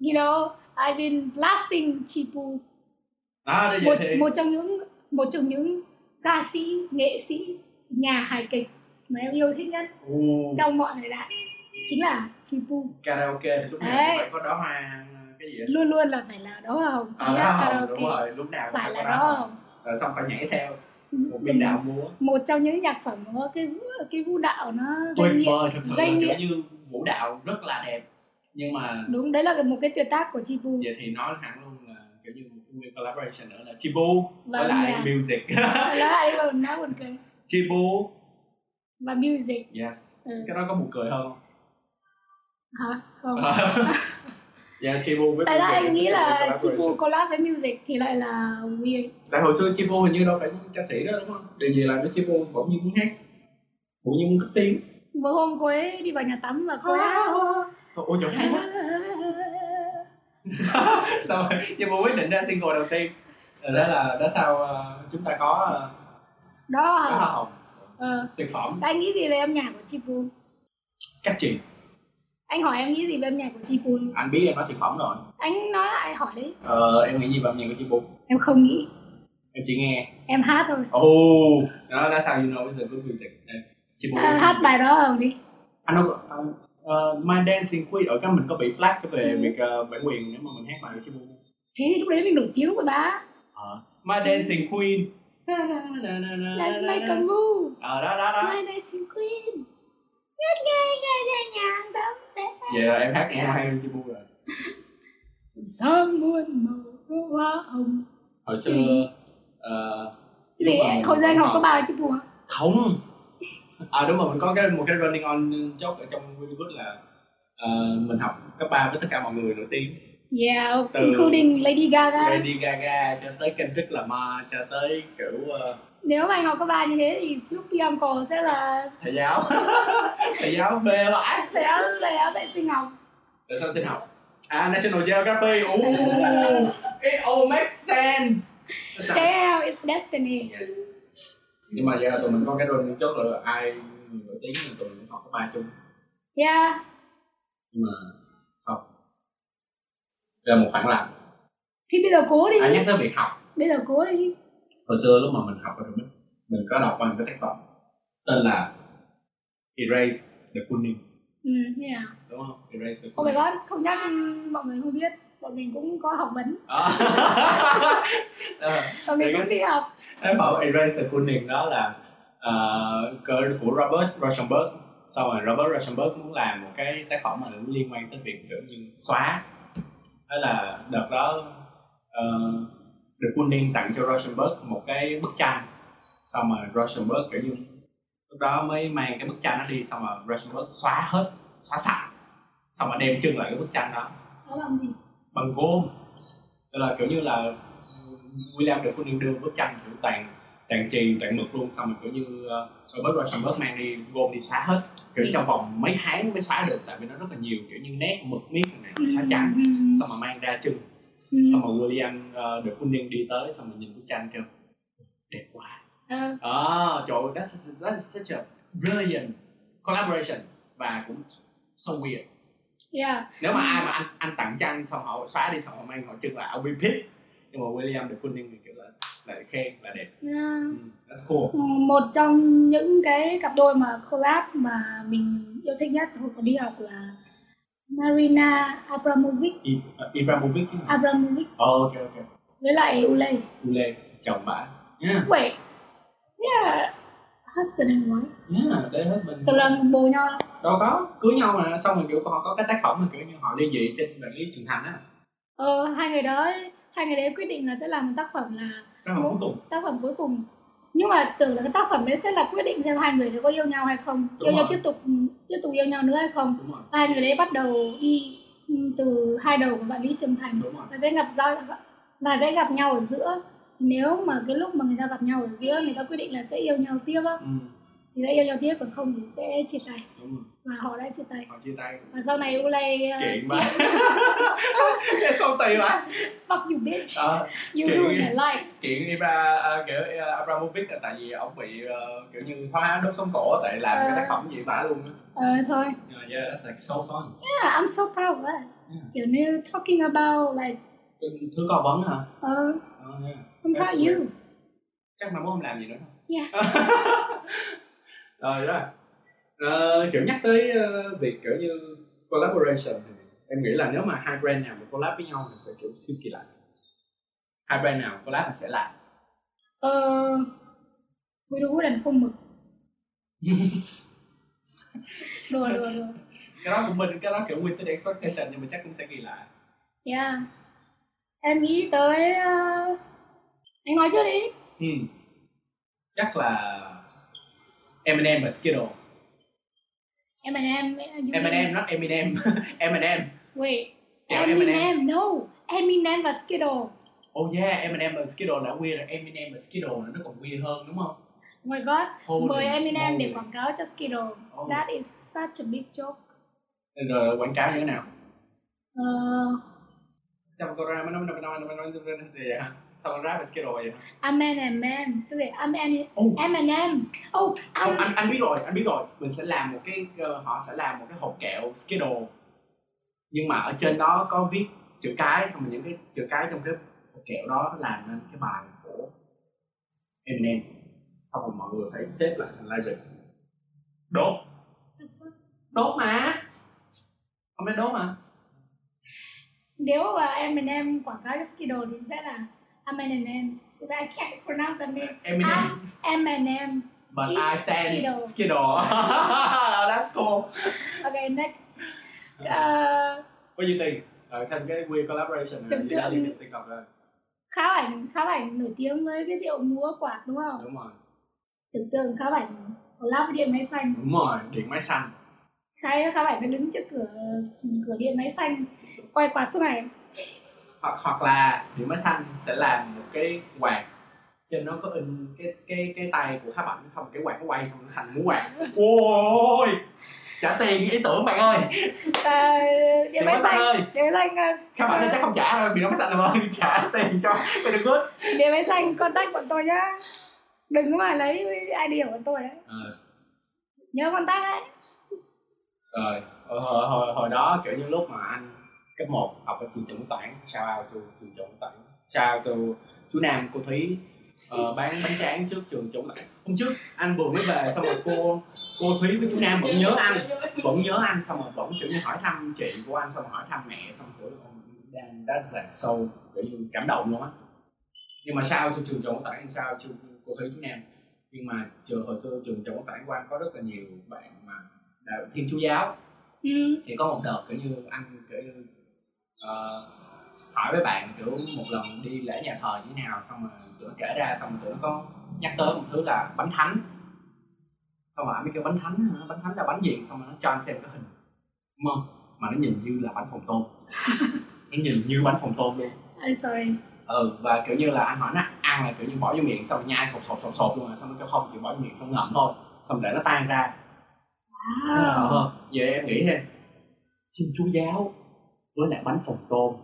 Speaker 1: you know I've been blasting Chipu
Speaker 2: đó đây
Speaker 1: một
Speaker 2: vậy thì
Speaker 1: một trong những một trong những ca sĩ nghệ sĩ nhà hài kịch mà em yêu thích nhất
Speaker 2: Ồ,
Speaker 1: trong mọi thời đại chính là Chipu
Speaker 2: karaoke thì lúc nào
Speaker 1: Đấy.
Speaker 2: cũng phải có đó hoa cái gì á.
Speaker 1: luôn luôn là phải là đó hồng
Speaker 2: à,
Speaker 1: Nhá,
Speaker 2: đó hồng
Speaker 1: karaoke.
Speaker 2: đúng rồi lúc nào cũng
Speaker 1: phải là
Speaker 2: có
Speaker 1: đó hồng
Speaker 2: rồi xong phải nhảy theo một biên
Speaker 1: Đúng.
Speaker 2: đạo múa
Speaker 1: một trong những nhạc phẩm mà có cái vũ- cái vũ đạo nó
Speaker 2: tuyệt
Speaker 1: gây nghiện
Speaker 2: vời thật sự là
Speaker 1: gây
Speaker 2: kiểu
Speaker 1: nghiện
Speaker 2: như vũ đạo rất là đẹp nhưng mà
Speaker 1: đúng đấy là một cái tuyệt tác của Chipu
Speaker 2: vậy thì nói hẳn luôn là kiểu như một nguyên collaboration nữa là Chibu
Speaker 1: và
Speaker 2: với lại
Speaker 1: nhà
Speaker 2: music
Speaker 1: và lại còn nó buồn cười
Speaker 2: Chibu
Speaker 1: và music
Speaker 2: yes
Speaker 1: ừ.
Speaker 2: cái đó có buồn cười hơn
Speaker 1: hả không
Speaker 2: không yeah Chibu với
Speaker 1: tại ra
Speaker 2: Ờ, music
Speaker 1: anh
Speaker 2: là
Speaker 1: nghĩ
Speaker 2: such a
Speaker 1: là
Speaker 2: good
Speaker 1: Chipu
Speaker 2: collaboration.
Speaker 1: collab với music thì lại là weird
Speaker 2: tại hồi xưa Chibu hình như đâu phải ca sĩ đó đúng không điều gì làm cho Chibu bỗng nhiên muốn hát bỗng nhiên muốn cất tiếng
Speaker 1: một hôm cô ấy đi vào nhà tắm và cô ấy
Speaker 2: Ờ. Thôi, ôi trời hát quá xong rồi nhưng mà quyết định ra single đầu tiên rồi đó là đó sao ờ, chúng ta có ờ,
Speaker 1: đó
Speaker 2: có
Speaker 1: hả?
Speaker 2: hoa hồng
Speaker 1: ờ
Speaker 2: tuyệt phẩm
Speaker 1: anh nghĩ gì về âm nhạc của Chipu
Speaker 2: cách truyền
Speaker 1: anh hỏi em nghĩ gì về âm nhạc của Chipu
Speaker 2: anh biết em nói tuyệt phẩm rồi
Speaker 1: anh nói lại hỏi đi
Speaker 2: ờ, em nghĩ gì về âm nhạc của chị bụng
Speaker 1: em không nghĩ
Speaker 2: em chỉ nghe
Speaker 1: em hát thôi
Speaker 2: ồ đó là sao you know it's a good music Đây, chị bụng
Speaker 1: à,
Speaker 2: is
Speaker 1: hát
Speaker 2: music.
Speaker 1: bài đó hồng đi
Speaker 2: anh đâu có- ờ, ờ, my dancing queen ở cái mình có bị flag cái về
Speaker 1: Ừ.
Speaker 2: việc ờ, bản quyền nếu mà mình hát bài của chị bụng
Speaker 1: thế thì lúc đấy mình nổi tiếng của bá
Speaker 2: my dancing queen Na, na, na, na, na,
Speaker 1: let's
Speaker 2: na,
Speaker 1: make
Speaker 2: na.
Speaker 1: a move
Speaker 2: ờ đó đó đó
Speaker 1: my dancing queen biết ngay ngay ngay nhàng đắm sẽ
Speaker 2: vậy là Dạ, em hát cũng hay hơn chị bụng rồi
Speaker 1: sáng muôn màu của hoa hồng
Speaker 2: hồi xưa
Speaker 1: Ừ.
Speaker 2: ờ,
Speaker 1: thế
Speaker 2: lúc
Speaker 1: thì
Speaker 2: mà mình
Speaker 1: hồi giờ anh
Speaker 2: còn
Speaker 1: học có bao chị bùa
Speaker 2: không à đúng rồi mình có cái một cái running on joke ở trong Hollywood là ờ, mình học cấp 3 với tất cả mọi người nổi tiếng
Speaker 1: yeah
Speaker 2: Từ-
Speaker 1: Dạ, including Lady Gaga
Speaker 2: Lady Gaga cho tới Kendrick Lamar cho tới kiểu ờ,
Speaker 1: nếu mà anh học có ba như thế thì Snoopy Uncle sẽ là
Speaker 2: thầy giáo thầy giáo bê lại
Speaker 1: sẽ là sẽ là vệ sinh học
Speaker 2: tại sao xin học à National Geographic Ooh, it all makes sense That's nice.
Speaker 1: Damn, it's destiny
Speaker 2: Dạ. Yes. nhưng mà giờ tụi mình có cái running joke là ai người nổi tiếng là tụi mình học cấp ba chung
Speaker 1: yeah
Speaker 2: nhưng mà không là một khoảng lặng
Speaker 1: thì bây giờ cố đi
Speaker 2: à, nhắc tới việc học
Speaker 1: bây giờ cố đi
Speaker 2: hồi xưa lúc mà mình học ở Rubik mình có đọc qua một cái tác phẩm tên là Erase the Kuning
Speaker 1: ừ thế nào
Speaker 2: đúng không Erase the
Speaker 1: oh my
Speaker 2: Kuning
Speaker 1: god không nhắc mọi người không biết bọn mình cũng có học vấn
Speaker 2: Đó. Ờ,
Speaker 1: bọn
Speaker 2: Đấy
Speaker 1: mình cũng đi học
Speaker 2: tác phẩm Erase the Kuning đó là ờ, cỡ- của Robert Rauschenberg sau rồi Robert Rauschenberg muốn làm một cái tác phẩm mà liên quan tới việc kiểu như xóa thế là đợt đó ờ, the Kuning tặng cho Rauschenberg một cái bức tranh xong mà Rauschenberg kiểu như lúc đó mới mang cái bức tranh đó đi xong mà Rauschenberg xóa hết xóa sạch xong mà đem trưng lại cái bức tranh đó
Speaker 1: có bằng gì
Speaker 2: bằng gôm tức là kiểu như là William được Kuning đưa bức tranh kiểu tàn tàn trì tàn mực luôn xong rồi kiểu như ờ, Robert Rosenberg mang đi gôm đi xóa hết kiểu
Speaker 1: Ừ.
Speaker 2: trong vòng mấy tháng mới xóa được tại vì nó rất là nhiều kiểu như nét mực miết này
Speaker 1: Ừ,
Speaker 2: xóa trắng
Speaker 1: ừ,
Speaker 2: xong mà mang ra trưng
Speaker 1: ừ.
Speaker 2: xong rồi William uh, được Kuning đi tới xong rồi nhìn bức tranh kêu đẹp quá
Speaker 1: Ờ,
Speaker 2: à, trời ơi that's, that's such a brilliant collaboration và cũng so weird
Speaker 1: yeah
Speaker 2: nếu mà ai mà anh anh tặng tranh xong họ xóa đi xong họ mang họ trưng lại I'll be pissed nhưng mà William được Kuning thì kiểu là lại khen là đẹp
Speaker 1: Yeah.
Speaker 2: Ừ, that's cool
Speaker 1: Ờ, một trong những cái cặp đôi mà collab mà mình yêu thích nhất hồi còn đi học là Marina Abramovic
Speaker 2: I, uh, Ibrahimovic chứ hả?
Speaker 1: Abramovic
Speaker 2: Ờ, ok ok
Speaker 1: với lại Ule
Speaker 2: Ule chồng bả yeah
Speaker 1: Wait yeah husband and wife
Speaker 2: yeah they husband
Speaker 1: tưởng là bồ nhau lắm.
Speaker 2: đâu có cưới nhau mà xong rồi kiểu họ có cái tác phẩm mà kiểu như họ ly dị trên bản lý trường thành á
Speaker 1: ờ hai người đó hai người đấy quyết định là sẽ làm một tác phẩm là
Speaker 2: đó là cuối cùng
Speaker 1: tác phẩm cuối cùng nhưng mà tưởng là cái tác phẩm đấy sẽ là quyết định xem hai người đấy có yêu nhau hay không
Speaker 2: Đúng
Speaker 1: yêu nhau
Speaker 2: rồi.
Speaker 1: tiếp tục tiếp tục yêu nhau nữa hay không
Speaker 2: đúng rồi
Speaker 1: hai người đấy bắt đầu đi ừ, từ hai đầu của vạn lý trường thành
Speaker 2: đúng rồi
Speaker 1: và sẽ gặp giao và sẽ gặp nhau ở giữa Thì nếu mà cái lúc mà người ta gặp nhau ở giữa người ta quyết định là sẽ yêu nhau tiếp á
Speaker 2: ừ,
Speaker 1: thì sẽ yêu nhau tiếp còn không thì sẽ chia tay
Speaker 2: đúng rồi
Speaker 1: và họ đã chia tay
Speaker 2: họ chia tay
Speaker 1: và sau này Ulay uh,
Speaker 2: kiện mà xong tùy mà
Speaker 1: fuck you bitch
Speaker 2: Ờ,
Speaker 1: you
Speaker 2: Kiện.
Speaker 1: ruin my life
Speaker 2: kiện Ibra à, kiểu à, Abramovich là tại vì ông bị ờ, kiểu như thoái đốt sống cổ tại làm cái
Speaker 1: Ờ.
Speaker 2: tác phẩm gì bả luôn á
Speaker 1: ờ thôi
Speaker 2: Nhưng mà yeah that's like so fun
Speaker 1: yeah, I'm so proud of us
Speaker 2: Yeah.
Speaker 1: kiểu như talking about like
Speaker 2: Cái thứ có vấn hả
Speaker 1: uh,
Speaker 2: Ờ, yeah.
Speaker 1: I'm
Speaker 2: That's
Speaker 1: proud of
Speaker 2: weird.
Speaker 1: you
Speaker 2: chắc mai mốt không làm gì nữa đâu
Speaker 1: Yeah.
Speaker 2: rồi đó Ờ, kiểu nhắc tới ờ, việc kiểu như collaboration thì em nghĩ là nếu mà hai brand nào mà collab với nhau thì sẽ kiểu siêu kỳ lạ hai brand nào collab thì sẽ lạ
Speaker 1: ờ we do đàn không mực đùa đùa đùa
Speaker 2: cái đó của mình cái đó kiểu winter expectation nhưng mà chắc cũng sẽ kỳ lạ
Speaker 1: Yeah. Dạ. Em nghĩ tới uh, anh nói trước đi.
Speaker 2: ừ. chắc là Eminem và Skittle
Speaker 1: Em and em.
Speaker 2: Eminem not Eminem Eminem
Speaker 1: Wait.
Speaker 2: Kiểu
Speaker 1: Eminem.
Speaker 2: Eminem.
Speaker 1: No. Eminem và Skittle.
Speaker 2: oh yeah Eminem và Skittle đã weird rồi Eminem và Skittle nó còn weird hơn đúng không
Speaker 1: Oh my god.
Speaker 2: Holy
Speaker 1: Mời Eminem để
Speaker 2: moly.
Speaker 1: quảng cáo cho Skittle.
Speaker 2: Oh.
Speaker 1: That is such a big joke.
Speaker 2: rồi quảng cáo như thế nào
Speaker 1: Uh,
Speaker 2: xong cô ra mới nói nói nói nói nói nói nói vậy hả xong rồi rap về Skittle vậy hả
Speaker 1: I'm an Eminem. Tôi thể I'm an
Speaker 2: Oh.
Speaker 1: Eminem. Oh,
Speaker 2: không
Speaker 1: I'm
Speaker 2: anh anh biết rồi anh biết rồi mình sẽ làm một cái ờ, họ sẽ làm một cái hộp kẹo Skittle nhưng mà ở trên đó có viết chữ cái xong rồi những cái chữ cái trong cái hộp kẹo đó làm nên cái bài của Eminem xong rồi mọi người phải xếp lại thành lyric đốt đốt mà không biết đốt mà
Speaker 1: Nếu mà Eminem quảng cáo cho Skittle thì sẽ là I'm an Eminem. But I can't pronounce the name.
Speaker 2: Eminem
Speaker 1: Eminem.
Speaker 2: but
Speaker 1: eat
Speaker 2: I stand
Speaker 1: Skittle.
Speaker 2: Skittle that's cool
Speaker 1: Okay, next. Uh,
Speaker 2: bao nhiêu tiền rồi ờ, thêm cái weird collaboration này
Speaker 1: Tưởng
Speaker 2: gì đã
Speaker 1: tượng-
Speaker 2: gì tiền cọc rồi
Speaker 1: khá ảnh khá ảnh nổi tiếng với cái điệu múa quạt đúng không
Speaker 2: đúng rồi
Speaker 1: tưởng tượng khá ảnh collab với điện máy xanh
Speaker 2: đúng rồi điện máy xanh
Speaker 1: khá khá ảnh nó đứng trước cửa cửa điện máy xanh quay quạt suốt ngày
Speaker 2: hoặc hoặc là điện máy xanh sẽ làm một cái quạt trên nó có in cái cái cái tay của khá bảnh xong cái quạt nó quay xong nó thành mũ quạt ôi trả tiền ý tưởng bạn ơi
Speaker 1: à,
Speaker 2: điện
Speaker 1: điện
Speaker 2: máy
Speaker 1: máy
Speaker 2: xanh
Speaker 1: xanh
Speaker 2: ơi
Speaker 1: điện máy xanh à,
Speaker 2: khá bảnh chắc không trả đâu vì nó máy xanh làm ơn trả tiền cho cái đừng good
Speaker 1: điện máy xanh contact bọn tôi nhá đừng có mà lấy ID của bọn tôi đấy nhớ contact đấy
Speaker 2: rồi hồi, hồi, hồi, hồi đó kiểu như lúc mà anh cấp 1 học ở trường Trần Quốc Toản shout out to trường Trần Quốc Toản shout out to chú Nam cô Thúy ờ, bán bánh tráng trước trường Trần Quốc Toản hôm trước anh vừa mới về xong rồi cô cô Thúy với chú Nam vẫn nhớ anh vẫn nhớ anh xong rồi vẫn kiểu như hỏi thăm chị của anh xong rồi hỏi thăm mẹ xong rồi kiểu đang đã giạt sâu kiểu như cảm động luôn á nhưng mà sao cho trường Trần Quốc Toản sao cho cô Thúy chú Nam nhưng mà trường hồi xưa trường Trần Quốc Toản của anh có rất là nhiều bạn mà là thiên chúa giáo
Speaker 1: ừ.
Speaker 2: thì có một đợt kiểu như anh kiểu như ờ, hỏi với bạn kiểu một lần đi lễ nhà thờ như thế nào xong rồi tụi nó kể ra xong rồi tụi nó có nhắc tới một thứ là bánh thánh xong rồi anh mới kêu bánh thánh hả? bánh thánh là bánh gì xong rồi nó cho anh xem cái hình đúng không mà nó nhìn như là bánh phồng tôm nó nhìn như bánh phồng tôm luôn
Speaker 1: I'm sorry
Speaker 2: ừ và kiểu như là anh hỏi nó ăn là kiểu như bỏ vô miệng xong nhai sột sột sột sột luôn rồi xong nó kêu không chỉ bỏ vô miệng xong ngậm thôi xong để nó tan ra
Speaker 1: À. wow.
Speaker 2: Ờ, vậy em nghĩ thêm Thiên Chúa Giáo với lại bánh phồng tôm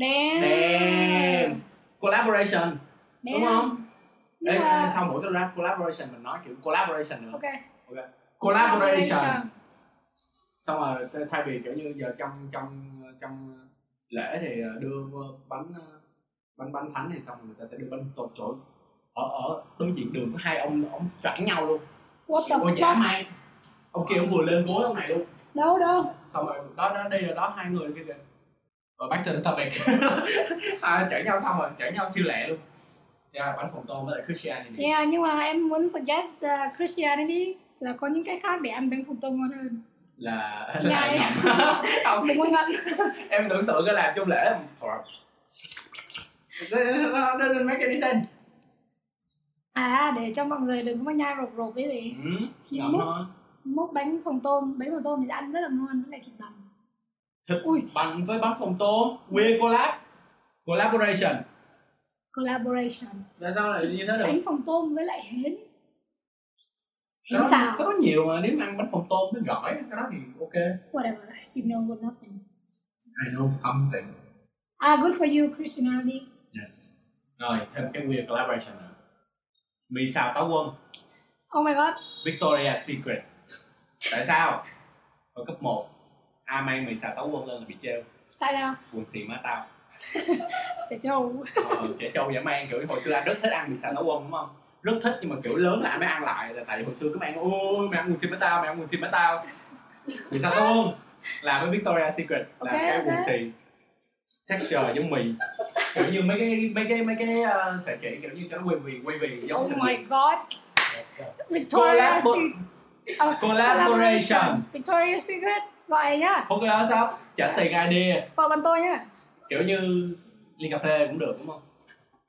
Speaker 1: Damn.
Speaker 2: Damn Collaboration Đúng không?
Speaker 1: Nhưng
Speaker 2: Ê,
Speaker 1: mà-
Speaker 2: sau mỗi cái rap collaboration mình nói kiểu collaboration nữa
Speaker 1: Ok
Speaker 2: Collaboration Xong rồi th- thay vì kiểu như giờ trong trong trong ờ, lễ thì đưa bánh bánh bánh thánh thì xong người ta sẽ đưa bánh tôm trộn ở ở đối diện đường có hai ông ông choảng nhau luôn
Speaker 1: what the
Speaker 2: ôi dã
Speaker 1: fuck
Speaker 2: man ông kia ông vừa lên gối ông này luôn
Speaker 1: đâu đâu
Speaker 2: xong rồi đó đó đây là đó hai người kia kìa rồi bắt trên tao bẹt à, chở nhau xong rồi chở nhau siêu lẹ luôn yeah, bánh phồng tôm với lại Christian này
Speaker 1: yeah nhưng mà em muốn suggest uh, Christianity là có những cái khác để ăn bánh phồng tôm ngon hơn
Speaker 2: là
Speaker 1: Dạ,
Speaker 2: là
Speaker 1: em-
Speaker 2: không
Speaker 1: đừng có ngăn
Speaker 2: em tưởng tượng cái làm trong lễ mà- Nó doesn't make any sense
Speaker 1: à để cho mọi người đừng có nhai rộp rộp cái gì
Speaker 2: ừ,
Speaker 1: Thì
Speaker 2: ngậm
Speaker 1: múc.
Speaker 2: thôi
Speaker 1: múc bánh phồng tôm bánh phồng tôm thì ăn rất là ngon với lại thịt bằm
Speaker 2: Thịt
Speaker 1: ui
Speaker 2: bằng với bánh phồng tôm we collab collaboration
Speaker 1: collaboration
Speaker 2: tại sao lại như thế được
Speaker 1: bánh phồng tôm với lại hến hến
Speaker 2: cái đó,
Speaker 1: xào
Speaker 2: cái đó nhiều mà nếu mà ăn bánh phồng tôm với gỏi cái đó thì ok
Speaker 1: whatever you know what nothing
Speaker 2: I know something
Speaker 1: ah good for you Christianity
Speaker 2: yes rồi thêm cái we collaboration nữa mì xào táo quân
Speaker 1: oh my god
Speaker 2: Victoria's Secret tại sao ở cấp À, 1 ai mang mì xào táo quân lên là bị treo
Speaker 1: tại sao
Speaker 2: quần xì má tao
Speaker 1: tại châu
Speaker 2: Ờ, trẻ trâu dã man kiểu hồi xưa anh rất thích ăn mì xào táo quân đúng không rất thích nhưng mà kiểu lớn là anh mới ăn lại là tại vì hồi xưa cứ mang ôi mày ăn quần xì bá tao mày ăn quần xì bá tao mì xào táo quân là với Victoria's Secret là
Speaker 1: Ok,
Speaker 2: cái quần
Speaker 1: ok.
Speaker 2: xì texture giống mì kiểu như mấy cái mấy cái mấy cái ờ, sợi chỉ kiểu như cho nó quay vì quay vì giống
Speaker 1: oh
Speaker 2: sợi
Speaker 1: my
Speaker 2: gì.
Speaker 1: god Victoria's
Speaker 2: Dạ, Collabo-
Speaker 1: Secret Ờ,
Speaker 2: collaboration
Speaker 1: Victoria's Secret gọi nhá
Speaker 2: không có sắp trả tiền idea
Speaker 1: vào bàn tôi nhá
Speaker 2: kiểu như ly cà phê cũng được đúng không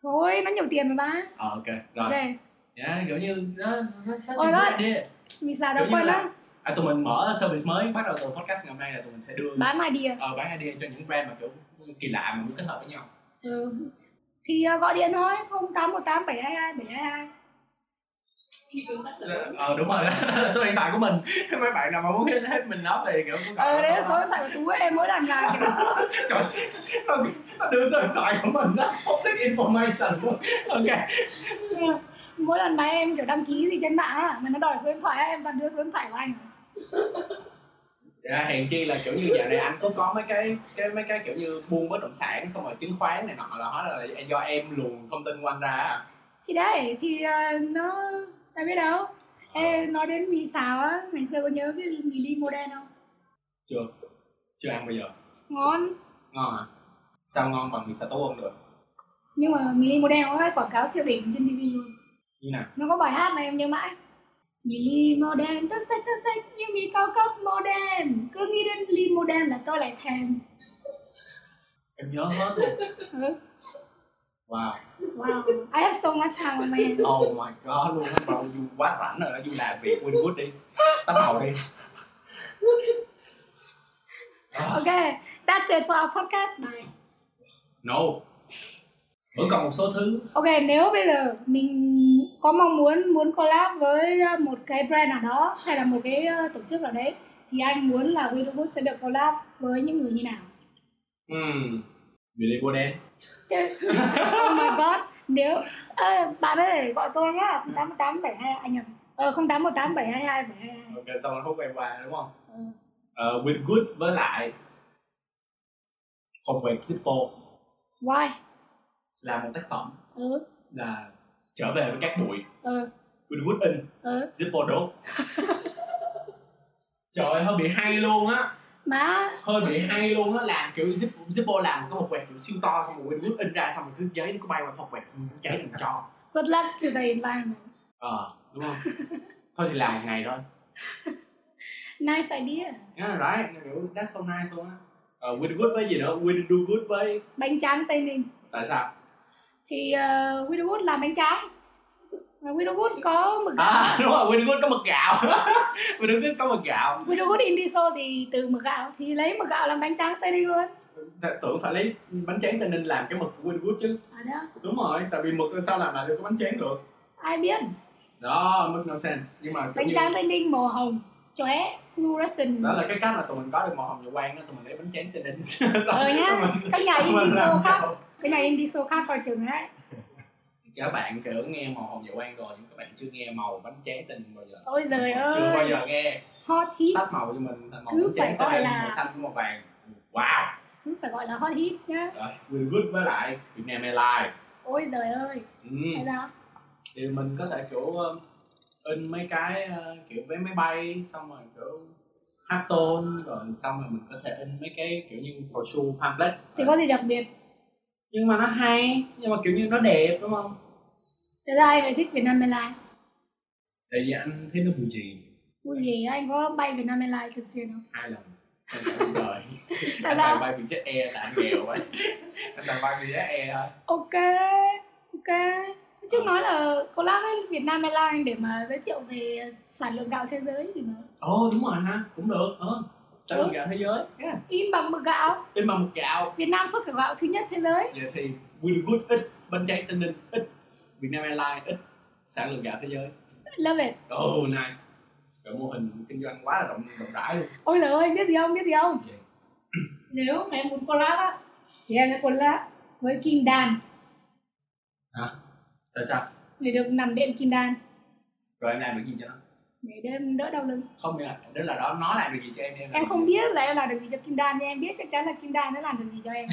Speaker 1: thôi nó nhiều tiền mà ba
Speaker 2: ờ ok rồi
Speaker 1: ok
Speaker 2: yeah, kiểu như nó nó such
Speaker 1: Ôi
Speaker 2: a
Speaker 1: God.
Speaker 2: good idea
Speaker 1: vì sao
Speaker 2: Kiểu
Speaker 1: đâu
Speaker 2: như
Speaker 1: quên
Speaker 2: là-
Speaker 1: lắm
Speaker 2: à, tụi mình mở service mới bắt đầu từ podcast ngày hôm nay là tụi mình sẽ đưa
Speaker 1: bán idea
Speaker 2: ờ, bán idea cho những brand mà kiểu kỳ lạ mà muốn kết hợp với nhau
Speaker 1: ừ. thì ờ, gọi điện thôi không tám một tám bảy hai hai bảy hai hai
Speaker 3: thì đúng là
Speaker 2: ờ đúng rồi đó là số điện thoại của mình mấy bạn nào mà muốn hết, hết mình nói về kiểu cũng gọi
Speaker 1: ờ đấy là
Speaker 2: số
Speaker 1: số
Speaker 2: đó.
Speaker 1: điện thoại của tú ấy, em mỗi lần là kiểu
Speaker 2: Trời, nó- nó đưa số điện thoại của mình đó public information luôn ok
Speaker 1: mỗi lần mà em kiểu đăng ký gì trên mạng á mà nó đòi số điện thoại á, em toàn đưa số điện thoại của anh
Speaker 2: Dạ, hèn chi là kiểu như dạo này anh cũng có mấy cái cái mấy cái kiểu như buôn bất động sản xong rồi chứng khoán này nọ là hóa ra là do em luồn thông tin của anh ra á.
Speaker 1: thì đấy thì ờ, nó ai biết đâu
Speaker 2: Ờ,
Speaker 1: Ê, nói đến mì xào á ngày xưa có nhớ cái mì ly mô đen không
Speaker 2: chưa ăn bây giờ
Speaker 1: ngon
Speaker 2: ngon à sao ngon bằng mì xà tố không được
Speaker 1: nhưng mà mì ly mô đen có cái quảng cáo siêu đỉnh trên tv luôn
Speaker 2: như nào
Speaker 1: nó có bài hát mà em nhớ mãi mì ly mô đen tất sách tất sách như mì cao cấp mô đen cứ nghĩ đến ly mô đen là tôi lại thèm
Speaker 2: em nhớ hết luôn
Speaker 1: ừ.
Speaker 2: wow
Speaker 1: wow I have so much time on my hands
Speaker 2: oh my god luôn á bro du quá rảnh rồi đó du làm việc Winwood đi tắm hậu đi à,
Speaker 1: ok that's it for our podcast bye
Speaker 2: no vẫn còn một số thứ
Speaker 1: Ok, nếu bây giờ mình có mong muốn muốn collab với uh, một cái brand nào đó hay là một cái uh, tổ chức nào đấy thì anh muốn là Willowwood sẽ được collab với những người như nào?
Speaker 2: Ừm, mì lê bô đen
Speaker 1: Chứ, oh my god, nếu Ơ, bạn ơi gọi tôi nhá, 081872 anh nhầm. Ờ 0818722722.
Speaker 2: ok xong anh hút em qua đúng không
Speaker 1: Ừ.
Speaker 2: Ờ, Winwood với lại Hồng Quẹt Zippo
Speaker 1: Why?
Speaker 2: là một tác phẩm
Speaker 1: Ừ,
Speaker 2: là trở về với các bụi
Speaker 1: ừ,
Speaker 2: Winwood in
Speaker 1: ừ.
Speaker 2: Zippo đốt trời ơi, hơi bị hay luôn á
Speaker 1: Má,
Speaker 2: hơi bị hay luôn á làm kiểu zip zippo làm một cái hộp quẹt kiểu siêu to xong rồi Winwood in ra xong rồi cứ giấy nó cứ bay qua cái hộp quẹt xong rồi nó cháy thành cho
Speaker 1: good luck to the environment.
Speaker 2: ờ đúng không thôi thì làm một ngày thôi
Speaker 1: Nice idea.
Speaker 2: yeah, right kiểu that's so nice luôn á ờ, Winwood với gì nữa Win do good với
Speaker 1: Bánh tráng Tây Ninh.
Speaker 2: tại sao
Speaker 1: Thì uh, Willowwood làm bánh tráng. Mà Willowwood có mực
Speaker 2: à đúng rồi Winwood có mực gạo Winwood có mực gạo
Speaker 1: Widowhood Indiso thì từ mực gạo thì lấy mực gạo làm bánh tráng Tây Ninh luôn
Speaker 2: Th- tưởng phải lấy bánh tráng tây ninh làm cái mực của Winwood chứ
Speaker 1: ở đó
Speaker 2: đúng rồi tại vì mực sao làm lại được cái bánh tráng được
Speaker 1: ai biết
Speaker 2: đó make no sense nhưng mà kiểu
Speaker 1: bánh
Speaker 2: như-
Speaker 1: tráng Tây Ninh màu hồng chóe fluorescent
Speaker 2: đó là cái cách mà tụi mình có được màu hồng nhũ quan đó tụi mình lấy bánh tráng tây ninh xong
Speaker 1: ờ nhá các nhà
Speaker 2: tụi mình
Speaker 1: Indiso
Speaker 2: làm
Speaker 1: khác
Speaker 2: gạo.
Speaker 1: cái nhà Indiso khác coi chừng đấy
Speaker 2: các bạn kiểu nghe màu hồng nhũ quan rồi nhưng các bạn chưa nghe màu bánh tráng tây ninh bao giờ
Speaker 1: ôi giời
Speaker 2: chưa bao
Speaker 1: ơi
Speaker 2: giờ nghe
Speaker 1: hot hit
Speaker 2: tách màu cho mình thành màu
Speaker 1: Cứ
Speaker 2: bánh tráng
Speaker 1: phải
Speaker 2: tây
Speaker 1: gọi
Speaker 2: ninh
Speaker 1: là-
Speaker 2: màu xanh với màu vàng wow
Speaker 1: cứ phải gọi là hot hit nhá
Speaker 2: rồi we good với lại Vietnam Airlines Ừ.
Speaker 1: ôi giời ơi
Speaker 2: Ừm.
Speaker 1: tại sao
Speaker 2: thì mình có thể kiểu ờ, in mấy cái ờ, kiểu vé máy bay xong rồi kiểu hát tôn rồi xong rồi mình có thể in mấy cái kiểu như brochure pamphlet
Speaker 1: thì có gì đặc biệt
Speaker 2: nhưng mà nó hay nhưng mà kiểu như nó đẹp đúng không
Speaker 1: thế ra anh lại thích Việt Nam Airlines
Speaker 2: tại vì anh thấy nó bù chì
Speaker 1: vui gì anh có bay Việt Nam Airlines thường xuyên không
Speaker 2: hai lần trong cả cuộc đời
Speaker 1: tại
Speaker 2: anh toàn
Speaker 1: sao
Speaker 2: bay Vietjet Air tại anh nghèo ấy anh toàn bay Vietjet Air thôi
Speaker 1: ok ok
Speaker 2: Ờ.
Speaker 1: trước nói là collab với Việt Nam Airlines để mà giới thiệu về sản lượng gạo thế giới gì mà
Speaker 2: ồ đúng rồi ha cũng được ờ sao bằng gạo thế giới yeah.
Speaker 1: in bằng bột gạo
Speaker 2: in bằng một gạo
Speaker 1: Việt Nam xuất khẩu gạo thứ nhất thế giới
Speaker 2: vậy thì Winwood ít bánh cháy Tây Ninh ít Việt Nam Airlines ít sản lượng gạo thế giới
Speaker 1: love it
Speaker 2: oh nice cái mô hình kinh doanh quá là rộng rộng rãi luôn
Speaker 1: ôi trời ơi biết gì không biết gì không
Speaker 2: Gì?
Speaker 1: nếu mà em muốn collab á thì em sẽ collab với Kim Đan
Speaker 2: tại sao
Speaker 1: để được nằm đệm Kim Đan
Speaker 2: rồi em làm được gì cho nó
Speaker 1: để đêm đỡ đau lưng
Speaker 2: không nghĩa là đến là đó nó làm được gì cho em em làm
Speaker 1: em
Speaker 2: được
Speaker 1: không
Speaker 2: gì.
Speaker 1: biết là em làm được gì cho Kim Đan nhưng em biết chắc chắn là Kim Đan đã làm được gì cho em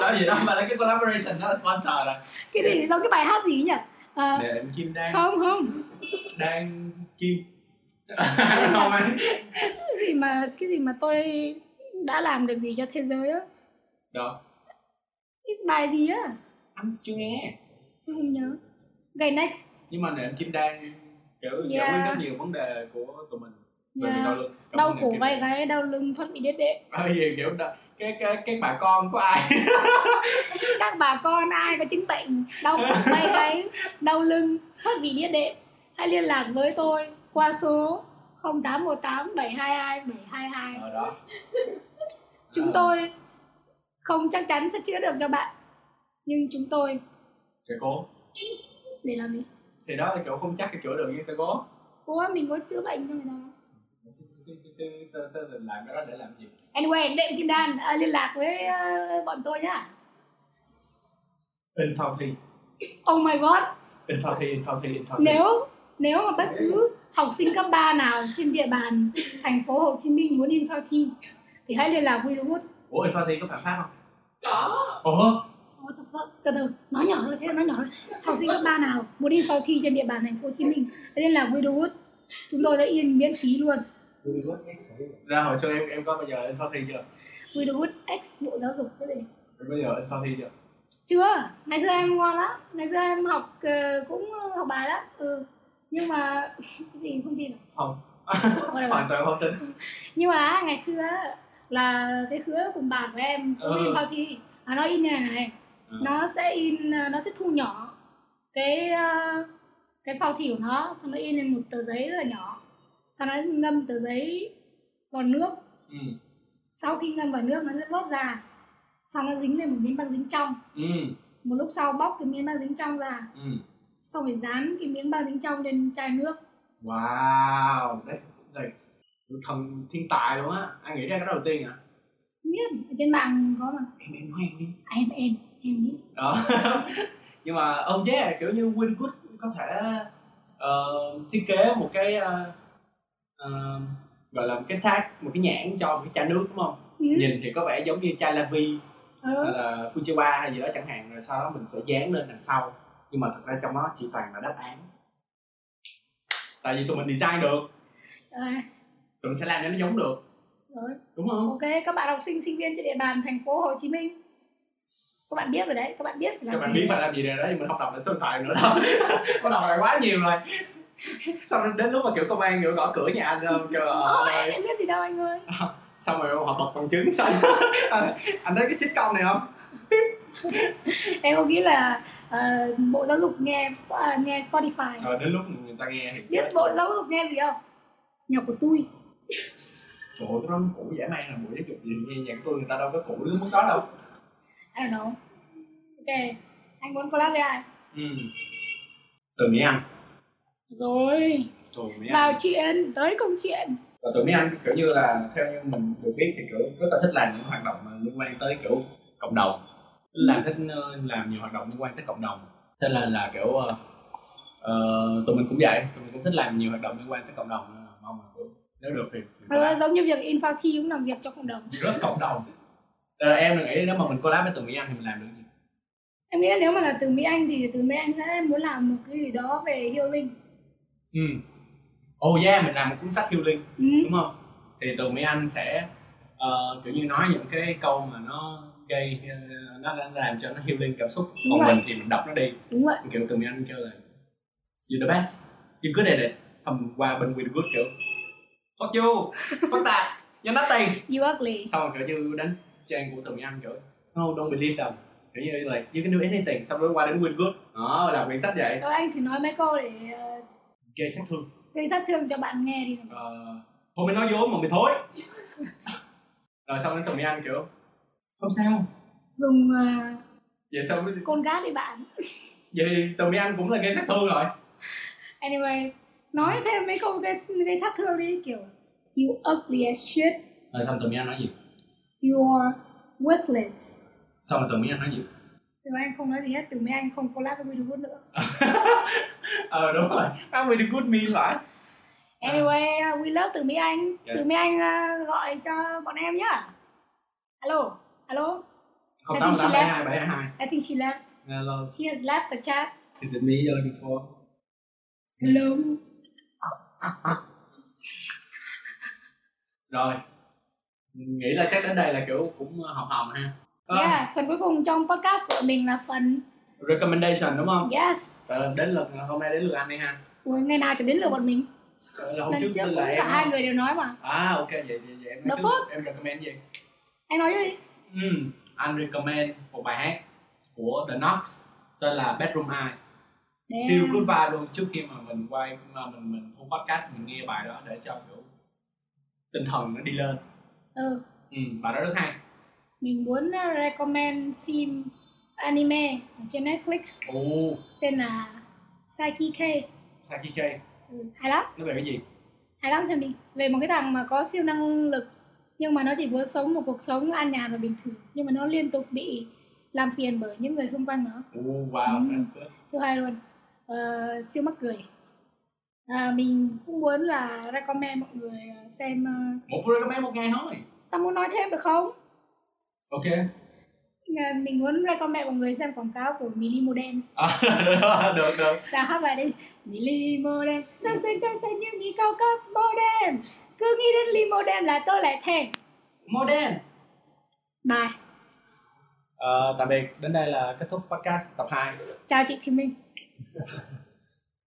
Speaker 2: đó gì đó mà là cái collaboration đó là sponsor rồi
Speaker 1: cái gì giống cái bài hát gì ấy nhỉ Ờ,
Speaker 2: để em kim đang
Speaker 1: không không
Speaker 2: đang kim không anh
Speaker 1: cái gì mà cái gì mà tôi đã làm được gì cho thế giới á
Speaker 2: Đâu?
Speaker 1: cái bài gì á
Speaker 2: anh chưa nghe
Speaker 1: tôi không nhớ Ngày next
Speaker 2: nhưng mà nệm kim đang kiểu giải quyết
Speaker 1: Yeah.
Speaker 2: rất nhiều vấn đề của tụi mình về
Speaker 1: nha.
Speaker 2: việc đau lưng Cảm
Speaker 1: đau
Speaker 2: ơn nệm
Speaker 1: cổ
Speaker 2: kim
Speaker 1: vai
Speaker 2: đan.
Speaker 1: gáy đau lưng thoát vị đết đệm
Speaker 2: Ờ, gì kiểu đau- cái cái cái bà con của ai
Speaker 1: các bà con ai có chứng bệnh đau cổ vai gáy đau lưng thoát vị đĩa đệm hãy liên lạc với tôi qua số 0818 722 722
Speaker 2: Ờ, đó Ờ,
Speaker 1: chúng
Speaker 2: À.
Speaker 1: tôi không chắc chắn sẽ chữa được cho bạn nhưng chúng tôi
Speaker 2: sẽ cố
Speaker 1: để làm gì
Speaker 2: thì đó là kiểu không chắc cái chữa được nhưng sẽ cố
Speaker 1: cố mình có chữa bệnh cho người ta không?
Speaker 2: Thế- thế- thế- thế- thế- thế là làm cái đó để làm gì
Speaker 1: anyway đệm kim đan à, liên lạc với ờ, bọn tôi nhá
Speaker 2: info thi
Speaker 1: oh my god
Speaker 2: info thi info thi info thi
Speaker 1: nếu nếu mà bất cứ học sinh cấp 3 nào trên địa bàn thành phố Hồ Chí Minh muốn in phao thi thì hãy liên lạc với Wood
Speaker 2: ủa info thi có phạm pháp không
Speaker 3: có
Speaker 2: ủa
Speaker 1: What the fuck? Từ từ, nói nhỏ thôi, thế là nói nhỏ thôi Học sinh cấp 3 nào muốn in phao thi trên địa bàn thành phố Hồ Chí Minh Thế nên là Widowwood Chúng tôi sẽ in miễn phí luôn
Speaker 2: ra hồi xưa em em có bao giờ info thi chưa
Speaker 1: Widowwood X Bộ Giáo dục cái gì
Speaker 2: em bao giờ info thi chưa
Speaker 1: Chưa, ngày xưa em ngon lắm Ngày xưa em học ờ, cũng học bài lắm ừ. Nhưng mà cái gì không tin à?
Speaker 2: Không.
Speaker 1: Gọi là
Speaker 2: hoàn toàn không tin
Speaker 1: à? nhưng mà á, ngày xưa á, là cái khứa cùng bạn của em cũng
Speaker 2: Ừ.
Speaker 1: in phao thi à, nó in như này này
Speaker 2: Ừ.
Speaker 1: nó sẽ in ờ, nó sẽ thu nhỏ cái ờ, cái phao thi của nó xong nó in lên một tờ giấy rất là nhỏ xong nó ngâm tờ giấy vào nước
Speaker 2: ừ
Speaker 1: sau khi ngâm vào nước nó sẽ vớt ra xong nó dính lên một miếng băng dính trong
Speaker 2: ừ
Speaker 1: một lúc sau bóc cái miếng băng dính trong ra
Speaker 2: ừ
Speaker 1: xong rồi dán cái miếng băng dính trong lên chai nước
Speaker 2: wow that's like thần thiên tài luôn á anh nghĩ ra cái đó đầu tiên hả
Speaker 1: Ở trên mạng có mà
Speaker 2: em em nói em đi
Speaker 1: à, em em em nghĩ
Speaker 2: đó nhưng mà ông yeah, là kiểu như Winwood có thể ờ, thiết kế một cái ờ, ờ, gọi là một cái tag một cái nhãn cho một cái chai nước đúng không
Speaker 1: ừ.
Speaker 2: nhìn thì có vẻ giống như chai Lavi
Speaker 1: Ừ.
Speaker 2: hay là Fujiwa hay gì đó chẳng hạn rồi sau đó mình sẽ dán lên đằng sau nhưng mà thật ra trong đó chỉ toàn là đáp án tại vì tụi mình design được
Speaker 1: À,
Speaker 2: tụi mình sẽ làm cho nó giống được
Speaker 1: rồi
Speaker 2: đúng không
Speaker 1: Ok, các bạn học sinh sinh viên trên địa bàn thành phố Hồ Chí Minh. Các bạn biết rồi đấy, các bạn biết phải làm
Speaker 2: các bạn
Speaker 1: gì.
Speaker 2: biết phải làm gì rồi đó nhưng mình không đọc lại số điện thoại nữa đâu có đọc lại quá nhiều rồi xong rồi đến lúc mà kiểu công an kiểu gõ cửa nhà anh ờ, kêu là,
Speaker 1: Ôi,
Speaker 2: ờ,
Speaker 1: em biết gì đâu anh ơi.
Speaker 2: xong rồi họ bật bằng chứng xong anh anh thấy cái sitcom này không
Speaker 1: Em có nghĩ là ờ, Bộ Giáo dục nghe Sp- à, nghe Spotify.
Speaker 2: rồi Ờ, đến lúc người ta nghe thì
Speaker 1: Biết Bộ Giáo dục nghe gì không? Nhạc của tôi.
Speaker 2: trời ơi, cái đó nó cũ dã man là buổi giáo dục gì nghe nhạc của tôi người ta đâu có cũ đến mức đó đâu
Speaker 1: I don't know. Ok, anh muốn collab với ai?
Speaker 2: ừ từ mỹ anh
Speaker 1: Rồi,
Speaker 2: từ mỹ anh
Speaker 1: vào chuyện, tới công chuyện.
Speaker 2: và tụi mấy anh kiểu như là theo như mình được biết thì kiểu rất là thích làm những hoạt động mà liên quan tới kiểu cộng đồng
Speaker 1: Ừ.
Speaker 2: làm thích ờ, làm nhiều hoạt động liên quan tới cộng đồng thế là là kiểu ờ, ờ, tụi mình cũng vậy tụi mình cũng thích làm nhiều hoạt động liên quan tới cộng đồng Nên là mong là kiểu, nếu được thì mình
Speaker 1: Ờ,
Speaker 2: collab.
Speaker 1: giống như việc in phao thi cũng làm việc cho cộng đồng.
Speaker 2: rất cộng đồng Thế là em nghĩ nếu mà mình collab với tụi Mỹ Anh thì mình làm được gì
Speaker 1: em nghĩ là nếu mà là từ mỹ anh thì từ mỹ anh sẽ muốn làm một cái gì đó về healing
Speaker 2: ừ oh yeah mình làm một cuốn sách healing
Speaker 1: ừ.
Speaker 2: đúng không thì từ mấy anh sẽ ờ, kiểu như nói những cái câu mà nó gây ờ, nó đã làm cho nó healing cảm xúc
Speaker 1: Đúng
Speaker 2: còn
Speaker 1: rồi.
Speaker 2: mình thì mình đọc nó đi
Speaker 1: đúng vậy
Speaker 2: kiểu từ mấy anh kêu là you the best you good at it thông qua bên we the good kiểu fuck you fuck that you're nothing
Speaker 1: you ugly
Speaker 2: xong rồi kiểu như đánh trang của từ mấy anh kiểu no don't believe them kiểu như là you can do anything xong rồi qua đến we good đó là quyển sách vậy
Speaker 1: Ờ, anh thử nói mấy câu để ờ,
Speaker 2: gây sát thương
Speaker 1: gây sát thương cho bạn nghe đi
Speaker 2: Ờ, thôi mày nói vô mà mày thối rồi xong đến tụi mày ăn kiểu không sao
Speaker 1: dùng ờ,
Speaker 2: vậy sao
Speaker 1: côn gát đi bạn
Speaker 2: vậy thì tụi mày ăn cũng là gây sát thương rồi
Speaker 1: anyway nói thêm mấy câu gây, gây sát thương đi kiểu you ugly as shit
Speaker 2: rồi xong tụi mày ăn nói gì
Speaker 1: you are worthless
Speaker 2: xong rồi tụi mày ăn nói gì
Speaker 1: từ anh không nói gì hết từ mấy anh không collab với Winwood nữa
Speaker 2: ờ đúng rồi ăn mày đi good meal lại
Speaker 1: Anyway, uh, we love Từ Mỹ Anh.
Speaker 2: Yes.
Speaker 1: Từ Mỹ Anh uh, gọi cho bọn em nhá. Alo, alo.
Speaker 2: không
Speaker 1: I
Speaker 2: tám
Speaker 1: think
Speaker 2: tám
Speaker 1: she
Speaker 2: bảy
Speaker 1: left.
Speaker 2: hai bảy hai
Speaker 1: I think she left.
Speaker 2: hello
Speaker 1: She has left the chat.
Speaker 2: is it me you're looking for
Speaker 1: Hello.
Speaker 2: rồi nghĩ là chắc đến đây là kiểu cũng hồng hồng ha Ờ,
Speaker 1: Yeah, phần cuối cùng trong podcast của mình là phần
Speaker 2: recommendation đúng không
Speaker 1: yes.
Speaker 2: Vậy là đến lượt hôm nay đến lượt anh đi ha
Speaker 1: Ủa, ngày nào cho đến lượt bọn mình.
Speaker 2: Vậy là hôm
Speaker 1: Lần
Speaker 2: trước
Speaker 1: trước
Speaker 2: tôi
Speaker 1: cũng
Speaker 2: là em
Speaker 1: cả hai
Speaker 2: á.
Speaker 1: người đều nói mà.
Speaker 2: à ok vậy, vậy, vậy em
Speaker 1: The
Speaker 2: nói
Speaker 1: fuck?
Speaker 2: trước, em recommend gì
Speaker 1: Anh nói đi.
Speaker 2: Ừ, anh recommend một bài hát của The Knox tên là Bedroom Eye siêu good vibe luôn trước khi mà mình quay mà mình mình thu podcast mình nghe bài đó để cho kiểu tinh thần nó đi lên
Speaker 1: Ừ,
Speaker 2: ừ, bài đó rất hay
Speaker 1: mình muốn uh, recommend phim uh, anime ở trên Netflix
Speaker 2: ồ
Speaker 1: tên là Psyche K.
Speaker 2: Saki K
Speaker 1: Ừ, hay lắm.
Speaker 2: nó về cái gì
Speaker 1: hay lắm xem đi về một cái thằng mà có siêu năng lực nhưng mà nó chỉ vừa sống một cuộc sống an nhàn và bình thường nhưng mà nó liên tục bị làm phiền bởi những người xung quanh nó
Speaker 2: ồ wow
Speaker 1: Ừ.
Speaker 2: that's good
Speaker 1: siêu hay luôn Ờ, siêu mắc cười à, mình cũng muốn là recommend mọi người xem ờ,
Speaker 2: một recommend một ngày thôi
Speaker 1: ta muốn nói thêm được không
Speaker 2: ok
Speaker 1: À, mình muốn recommend mọi người xem quảng cáo của Mili Modem
Speaker 2: à, được được
Speaker 1: ra hát bài đi Mili Modem ta xinh ta xinh như Mì cao cấp Modem cứ nghĩ đến Li Modem là tôi lại thèm
Speaker 2: modern
Speaker 1: bài
Speaker 2: Ờ, tạm biệt đến đây là kết thúc podcast tập 2
Speaker 1: chào chị Thùy Minh